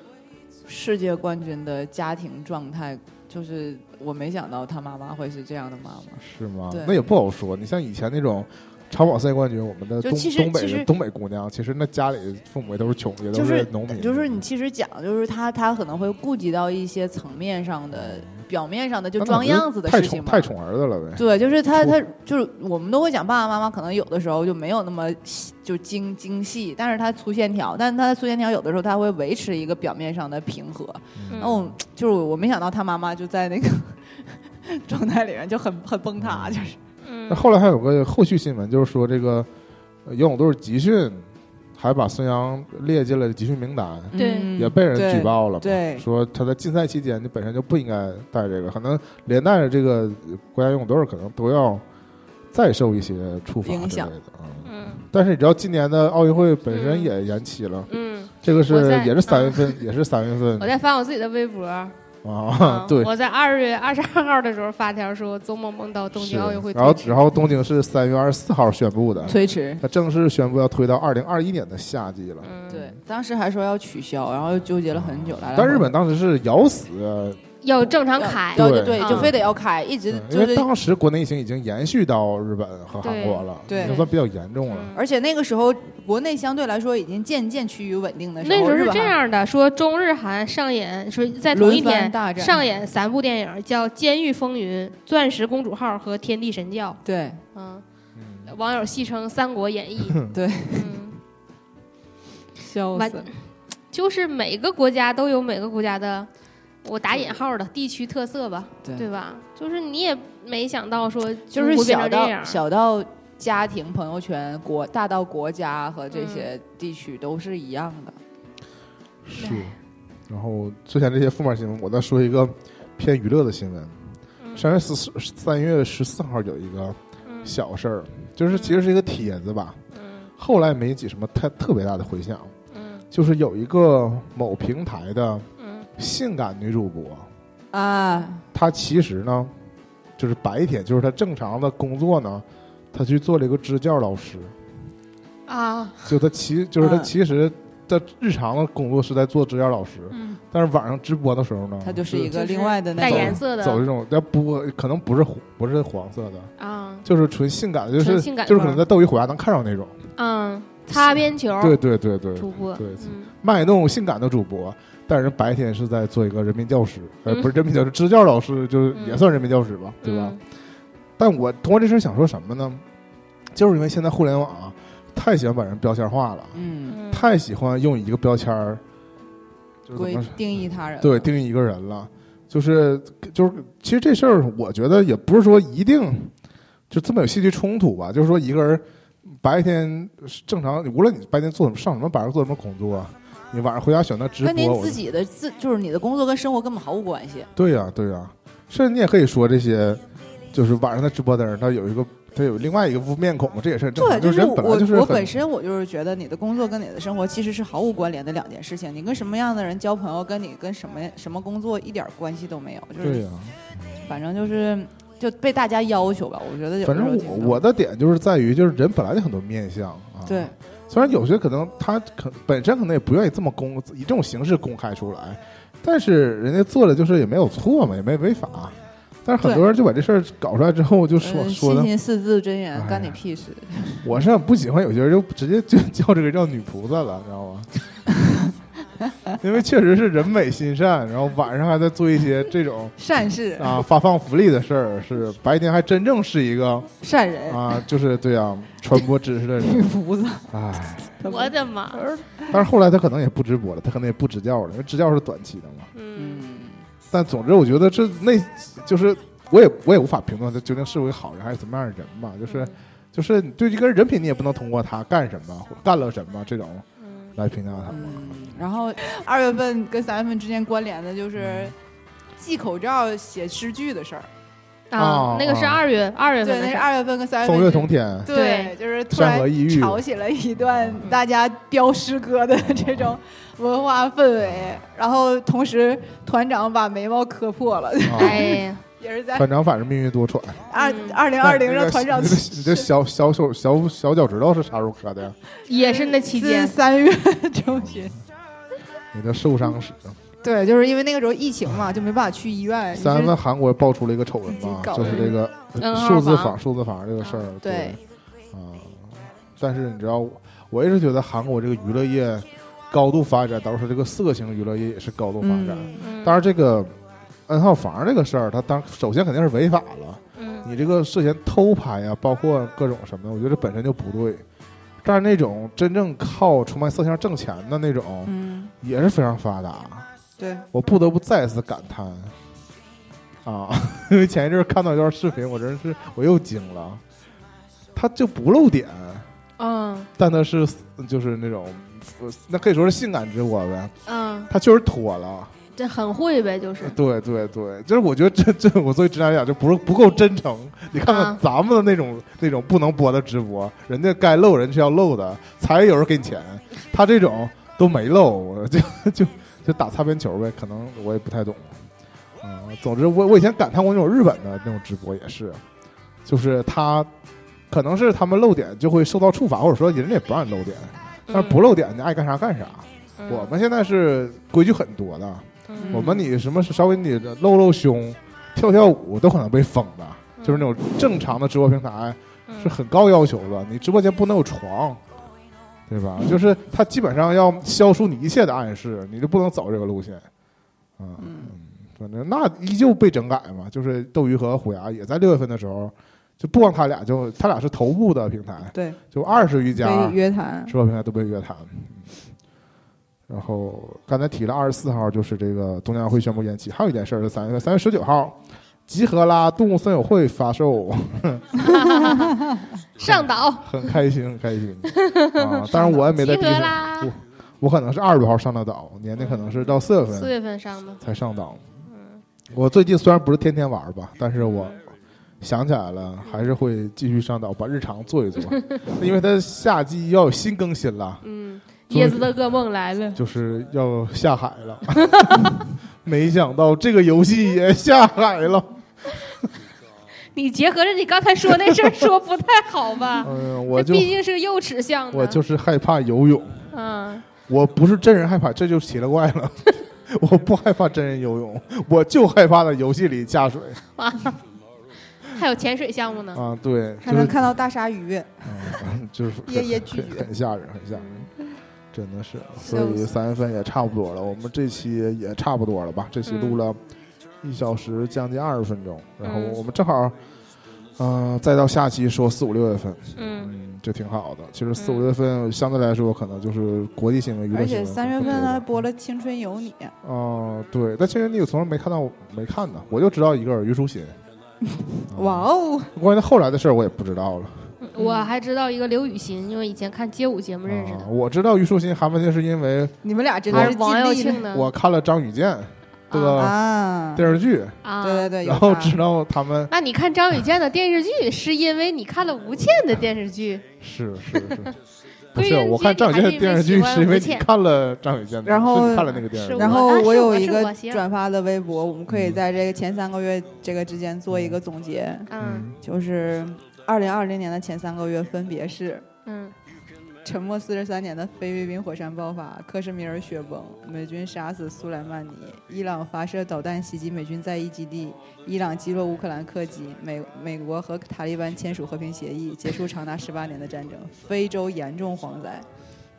S4: 世界冠军的家庭状态，就是我没想到他妈妈会是这样的妈妈。
S2: 是吗
S4: 对？
S2: 那也不好说。你像以前那种长跑赛冠军，我们的
S4: 就
S2: 东
S4: 其实
S2: 东北
S4: 其实
S2: 人、东北姑娘，其实那家里父母也都是穷，也
S4: 就
S2: 都
S4: 是
S2: 农民。
S4: 就是你其实讲，就是他他可能会顾及到一些层面上的、表面上的，呃就
S2: 嗯哦那
S4: 装
S2: 可能
S4: 样子的
S2: 太
S4: 事情
S2: 宠
S4: 嘛。
S2: 太宠儿子了呗。
S4: 对，就是他，
S2: 出
S4: 他就是我们都会讲爸爸妈妈，可能有的时候就没有那么细就精精细，但是他粗线条，但是他的粗线条有的时候他会维持一个表面上的平和。
S5: 嗯
S4: 那我就是我没想到他妈妈就在那个 [laughs] 状态里面就很很崩塌，就是
S2: 那
S5: 嗯
S2: 后来还有个后续新闻，就是说这个呃游泳队集训，还把孙杨列进了集训名单，
S5: 对
S4: 嗯
S2: 也被人举报了嘛。
S4: 对
S2: 说他在禁赛期间就本身就不应该带这个，可能连带着这个呃国家游泳队儿可能都要再受一些处罚
S4: 影
S2: 之类
S4: 响
S2: 的。嗯，
S5: 嗯
S2: 但是你知道今年的奥运会本身
S5: 嗯
S2: 也延期了，
S5: 嗯，
S2: 这个是
S5: 我在
S2: 也是三月
S5: [laughs]
S2: 份，也是三月
S5: 我
S2: 份
S5: 在翻我自己的微博，
S2: 嗯啊
S5: 嗯，
S2: 对，
S5: 我在二月二十二号的时候发条说做梦梦到东
S2: 是
S5: 京奥运会
S2: 然后
S5: 推迟，
S2: 然后东京是三月二十四号宣布的，
S4: 推迟。
S2: 它正式宣布要推到二零二一年的夏季了。
S5: 嗯，
S4: 对，当时还说要取消，然后又纠结了很久。来来
S2: 但
S4: 回
S2: 日本当时是咬死，
S5: 要正常
S4: 要
S5: 开，
S4: 要
S2: 对
S4: 对，就
S5: 嗯
S4: 非得要开，一直
S2: 嗯因
S4: 就
S2: 为
S4: 是
S2: 当时国内疫情已经延续到日本和韩国了，
S4: 对对
S2: 已经算比较严重了。
S5: 嗯
S4: 而且那个时候，国内相对来说已经渐渐趋于稳定的时候，
S5: 那时候
S4: 日
S5: 是
S4: 本
S5: 这
S4: 还
S5: 样的，说中日韩上演，说在同一
S4: 轮番
S5: 天
S4: 大战
S5: 上演三部电影，叫《监狱风云》《钻石公主号》和《天地神教》。
S4: 对，。
S5: 嗯，
S2: 嗯
S5: 网友戏称《三国演义》
S4: [laughs] 对
S5: 嗯，
S4: 笑
S5: 完就是每个国家都有每个国家的，我打引号的地区特色吧，
S4: 对
S5: 对吧？就是你也没想到说
S4: 就
S5: 嗯会
S4: 是
S5: 变
S4: 小
S5: 成这
S4: 到
S5: 样，
S4: 小到家庭、朋友圈，国大到国家和
S5: 嗯
S4: 这些地区都是一样的。
S2: 是。然后之前这些负面新闻，我再说一个偏娱乐的新闻。
S5: 嗯
S2: 三月十四三月十四号有一个
S5: 嗯
S2: 小事儿，就是其实是一个帖子吧，
S5: 嗯
S2: 后来没起什么太特别大的回响。
S5: 嗯
S2: 就是有一个某平台的
S5: 嗯
S2: 性感女主播，
S4: 啊，
S2: 她其实呢，就是白天就是她正常的工作呢，她去做了一个支教老师，
S5: 啊
S2: 就她其就是她
S4: 嗯
S2: 其实的日常的工作是在做支教老师，
S5: 嗯，
S2: 但是晚上直播的时候呢，
S4: 它嗯就是一
S2: 一
S4: 个另外的那
S5: 带
S2: 走
S5: 颜
S4: 种，
S5: 色的
S2: 走这种，但不可能不是红不是黄色的，
S4: 嗯
S5: 啊
S2: 就是纯性感的，就
S5: 纯
S2: 是
S5: 性感
S2: 就是
S5: 范
S2: 可
S5: 儿
S2: 能在斗鱼虎牙能看到那种，
S5: 嗯，擦边球
S2: 对对对对，
S5: 主播，
S2: 对
S5: 嗯
S2: 卖弄性感的主播，但是人白天是在做一个人民教师，呃，
S5: 嗯
S2: 不是人民教师，支教老师，就是
S5: 嗯
S2: 也算人民教师吧，对吧？？但我通过这事儿想说什么呢？就是因为现在互联网啊太喜欢把人标签化了，
S4: 嗯，
S5: 嗯，
S2: 太喜欢用一个标签儿，就是怎
S4: 规
S2: 么说
S4: 嗯定义他人。
S2: 对定义一个人了，就是就是，其实这事儿我觉得也不是说一定就这么有戏剧冲突吧，就是说一个人白天是正常，无论你白天做什么上什么班做什么工作，你晚上回家选择直播，
S4: 跟您
S2: 我
S4: 自己的自就是你的工作跟生活根本毫无关系。
S2: 对呀、对呀、甚至你也可以说这些，就是晚上的直播的人，他有一个他有另外一个副面孔，这也是很正
S4: 对，
S2: 常，
S4: 就是
S2: 人本来
S4: 我
S2: 就是
S4: 我
S2: 很
S4: 本身我就是觉得你的工作跟你的生活其实是毫无关联的两件事情。你跟什么样的人交朋友，跟你跟什么什么工作一点关系都没有。就是
S2: 对呀、
S4: 反正就是就被大家要求吧，我觉得有
S2: 反
S4: 的时候
S2: 正
S4: 挺
S2: 我我的点就是在于，就是人本来就很多面相啊。
S4: 对，
S2: 虽然有些可能他可本身可能也不愿意这么公以这种形式公开出来，但是人家做的就是也没有错嘛，也没违法。但是很多人就把这事儿搞出来之后，就说
S4: 呃
S2: 说
S4: 信
S2: 的，
S4: 心四字真言
S2: 哎，
S4: 干你
S2: 呀
S4: 屁事！
S2: 我是很不喜欢有些人就直接就叫这个叫女菩萨了，你知道吗？ [laughs] 因为确实是人美心善，然后晚上还在做一些这种
S4: 善事，
S2: 啊发放福利的事儿，是白天还真正是一个
S4: 善人，
S2: 啊，就是对啊，传播知识的
S4: 女
S2: 人，
S4: 菩萨。
S2: 哎，
S5: 我的妈，
S2: [laughs] 但是后来他可能也不直播了，他可能也不支教了，因为支教是短期的嘛。
S5: 嗯，
S4: 嗯，
S2: 但总之，我觉得这那就是我也我也无法评论他究竟是个好人还是怎么样的人吧，就是
S4: 嗯
S2: 就是你对这个人品你也不能通过他干什么或干了什么这种
S5: 嗯
S2: 来评价他。
S4: 嗯然后二月份跟三月份之间关联的就是
S2: 嗯
S4: 系口罩写诗句的事儿，
S2: 啊
S5: 啊，那个是
S2: 啊
S5: 二月二月份的
S4: 对，那
S5: 事
S4: 是
S5: 儿，
S4: 二月份跟三月份
S2: 风
S4: 之
S2: 月
S4: 间
S2: 同天，
S4: [laughs] 对，嗯就是突
S2: 山河
S4: 然
S2: 异域，
S4: 炒起了一段大家飙诗歌的这种文化氛围，然后同时团长把眉毛磕破了，
S2: 啊
S5: 哎呀，
S4: 也是在
S2: 团长反正命运多舛。啊
S4: 二
S5: 嗯
S4: 二零二零
S2: [laughs]
S4: 让团长
S2: 你这你这小小手小小脚趾头是啥时候磕的呀？
S5: 也是那期
S4: 自
S5: 间，
S4: 三月中旬，
S2: 你的受伤史。啊
S4: 对，就是因为那个时候疫情嘛，就没办法去医院，
S2: 三月
S4: 就
S2: 份
S4: 是
S2: 韩国爆出了一个丑闻
S4: 自己
S2: 嘛，
S4: 搞
S2: 就是
S4: 的
S2: 这个呃
S5: 嗯
S2: 数字
S5: 二房
S2: 房数字房这个事儿。
S4: 对，
S2: 啊，但是你知道，我我一直觉得韩国这个娱乐业高度发展，导致这个色情娱乐业也是高度发展。
S4: 嗯，
S5: 嗯
S2: 当然，这个 N 号房这个事儿，它当首先肯定是违法了。
S5: 嗯
S2: 你这个涉嫌偷拍呀、包括各种什么的，我觉得这本身就不对。但是那种真正靠出卖色情挣钱的那种，
S4: 嗯，
S2: 也是非常发达。
S4: 对，
S2: 我不得不再次感叹啊，因为前一阵儿看到一段视频，我真是我又惊了，他就不露点，
S5: 嗯
S2: 但他是就是那种，呃那可以说是性感直播呗，
S5: 嗯，
S2: 他确实脱了。
S5: 这很会呗，就是
S2: 对对对，就是我觉得这这，我作为直男来讲，就不是不够真诚。你看看
S5: 啊
S2: 咱们的那种、那种不能播的直播，人家该露人是要露的，才有人给你钱。他这种都没露，我就就就打擦边球呗，可能我也不太懂。啊、总之我我以前感叹过那种日本的那种直播也是，就是他可能是他们露点就会受到处罚，或者说人家也不让你露点，但呃是不露点你爱干啥干啥。
S5: 嗯
S2: 我们现在是规矩很多的。我们你什么稍微你露露胸、跳跳舞都可能被封的，就是那种正常的直播平台
S5: 嗯
S2: 是很高要求的，你直播间不能有床，对吧？就是它基本上要消除你一切的暗示，你就不能走这个路线，嗯。反正那依旧被整改嘛，就是斗鱼和虎牙也在六月份的时候，就不光他俩就，他俩是头部的平台，
S4: 对，
S2: 就二十余家
S4: 被约谈，
S2: 直播平台都被约谈。嗯然后刚才提了二十四号，就是这个东亚会宣布延期，还有一件事儿是三月三月十九号，集合啦动物森友会发
S5: [laughs]
S2: 售，
S5: 上岛
S2: 很开心，很开
S5: [laughs]
S2: 心啊！当然我也没在
S5: 集
S2: 第
S5: 合
S2: 一时间，
S5: 啦，嗯
S2: 我可能是二十多号上的岛，年底可能是到四月
S5: 四
S2: 份
S5: 月份上的，
S2: 才上岛。
S5: 嗯
S2: 我最近虽然不是天天玩吧，但是我想起来了，还是会继续上岛把日常做一
S5: [laughs]
S2: 做，因为它夏季要有新更新了。
S5: 嗯，
S2: 终于
S5: 椰子的噩梦来了，
S2: 就是要下海了。 [laughs] 没想到这个游戏也下海了。
S5: 你结合着你刚才说那事儿说不太好吧？
S2: 嗯， [laughs] 我就
S5: 这毕竟是个幼齿项的，
S2: 我就是害怕游泳，
S5: 嗯，
S2: 我不是真人害怕，这就奇了怪了。 [laughs] 我不害怕真人游泳，我就害怕在游戏里下 [laughs] 水
S5: 还有潜水项目呢，
S2: 啊！对，
S6: 还
S2: 就
S6: 能
S2: 是
S6: 看到大鲨鱼，
S2: 嗯就是很
S4: 夜夜巨
S2: 很
S4: 鱼
S2: 很吓人，很吓人，真的是。所以三月份也差不多了，我们这期也差不多了吧？这期录了一小时将近二十分钟，然后
S5: 嗯
S2: 我们正好，嗯、再到下期说四五六月份，
S5: 嗯
S2: 嗯，这挺好的。其实四五月份相对来说可能就是国际新闻、娱乐
S6: 而
S2: 新
S6: 且
S2: 闻
S6: 三
S2: 更
S6: 月
S2: 多
S6: 份还
S2: 吧
S6: 播了《青春有你》，
S2: 哦，对，但其实你有从来没看到，没看呢，我就知道一个人虞书欣。
S4: 哇
S2: 啊！
S4: 哦，
S2: 关于后来的事儿我也不知道了。
S5: 我还知道一个刘雨欣，因为以前看街舞节目认识
S2: 啊
S5: 的，
S2: 我知道虞书欣、韩文静是因为
S4: 你们俩真
S5: 还
S4: 的
S5: 是王耀
S4: 是尽力
S5: 庆
S4: 了
S5: 呢？
S2: 我看了张雨健这个
S4: 啊，对
S2: 电视剧，
S5: 啊，
S4: 对嗯对，有
S2: 然后
S4: 他
S2: 知道他们
S5: 那你看张雨健的电视
S2: 嗯
S5: 剧，是因为你看了吴倩的电视剧，
S2: [laughs] 是是是， [laughs] 不
S5: 归
S2: 是
S5: 根
S2: 我
S5: 结
S2: 看
S5: 底
S2: 张雨
S5: 还
S2: 健的
S5: 是因为
S2: 电视
S5: 喜
S2: 剧
S5: 欢
S2: 是因为
S5: 吴
S2: 你
S5: 倩
S2: 看了张雨健的，
S4: 然后
S2: 是你看了那个电视
S5: 是
S2: 剧
S5: 我
S4: 然后
S5: 那
S4: 我
S5: 是
S4: 有
S5: 我
S4: 一
S5: 是
S4: 个
S5: 我行
S4: 转发的微博，我们可以
S2: 嗯
S4: 在这个前三个月这个之间做一个总结，
S5: 嗯
S4: 就是二零二零年的前三个月分别是
S5: 嗯
S4: 沉默四十三年的菲律宾火山爆发，克什米尔雪崩，美军杀死苏莱曼尼，伊朗发射导弹袭击美军在伊基地，伊朗击落乌克兰客机，美美国和塔利班签署和平协议，结束长达十八年的战争，非洲严重蝗灾，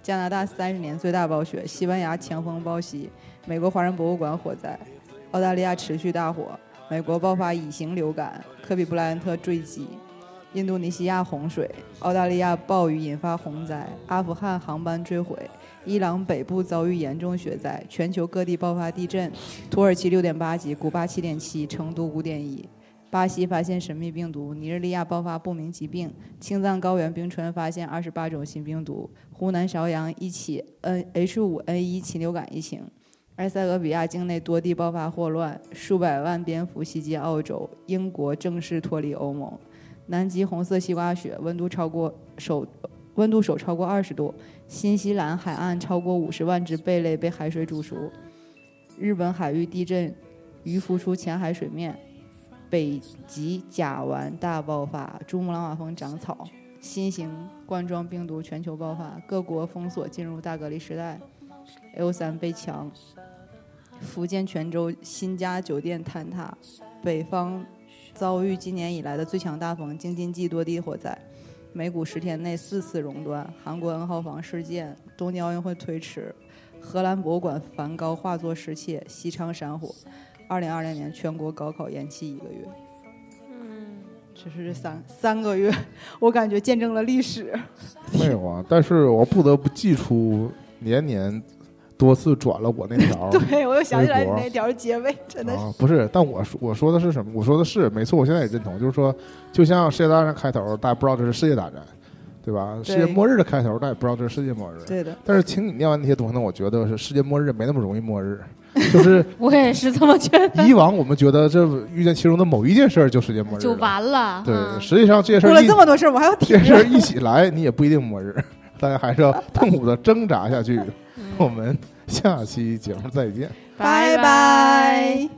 S4: 加拿大三十年最大暴雪，西班牙强风暴袭，美国华人博物馆火灾，澳大利亚持续大火，美国爆发乙型流感，科比布莱恩特坠机，印度尼西亚洪水，澳大利亚暴雨引发洪灾，阿富汗航班坠毁，伊朗北部遭遇严重雪灾，全球各地爆发地震，土耳其6.8级，古巴7.7，成都5.1。巴西发现神秘病毒，尼日利亚爆发不明疾病，青藏高原冰川发现28种新病毒，湖南邵阳一起 N H5N1 禽流感疫情，埃塞俄比亚境内多地爆发霍乱，数百万蝙蝠袭击澳洲，英国正式脱离欧盟。南极红色西瓜雪温度超过首温度首超过二十度，新西兰海岸超过五十万只贝类被海水煮熟，日本海域地震，鱼浮出浅海水面，北极甲烷大爆发，珠穆朗玛峰长草，新型冠状病毒全球爆发，各国封锁进入大隔离时代，L 三被抢，福建泉州新家酒店坍塌，北方遭遇今年以来的最强大风，京津冀多地火灾，美股十天内四次熔断，韩国 N 号房事件，东京奥运会推迟，荷兰博物馆梵高画作失窃，西昌山火，二零二零年全国高考延期一个月，
S3: 嗯，
S4: 只是这三三个月，我感觉见证了历史。
S2: 没有啊，但是我不得不寄出年年多次转了我那
S4: [laughs]
S2: 条
S4: 对，我又想起来你
S2: 微博
S4: 那条结尾，真的是。
S2: 啊，不是，但我说我说的是什么？我说的是没错，我现在也认同，就是说，就像世界大战开头，大家不知道这是世界大战，对吧？世界末日的开头，大家也不知道这是世界末日。
S4: 对的，
S2: 但是，请你念完那些东西呢，我觉得是世界末日没那么容易末日，就是
S5: 我也是这么觉
S2: [laughs]
S5: 得，
S2: 以往我们觉得这遇见其中的某一件事儿就世界末日
S5: 就
S2: 了。
S5: 完了。
S2: 对，
S5: 嗯
S2: 实际上这些事
S6: 过
S2: 儿
S6: 了
S2: 一
S6: 这么多事儿，我还要
S2: [laughs] 这
S6: 听
S2: 些事儿一起来，你也不一定末日， [laughs] 大家还是要痛苦的挣
S6: 嗯
S2: 扎下去。我们下期节目再见。
S6: 拜拜。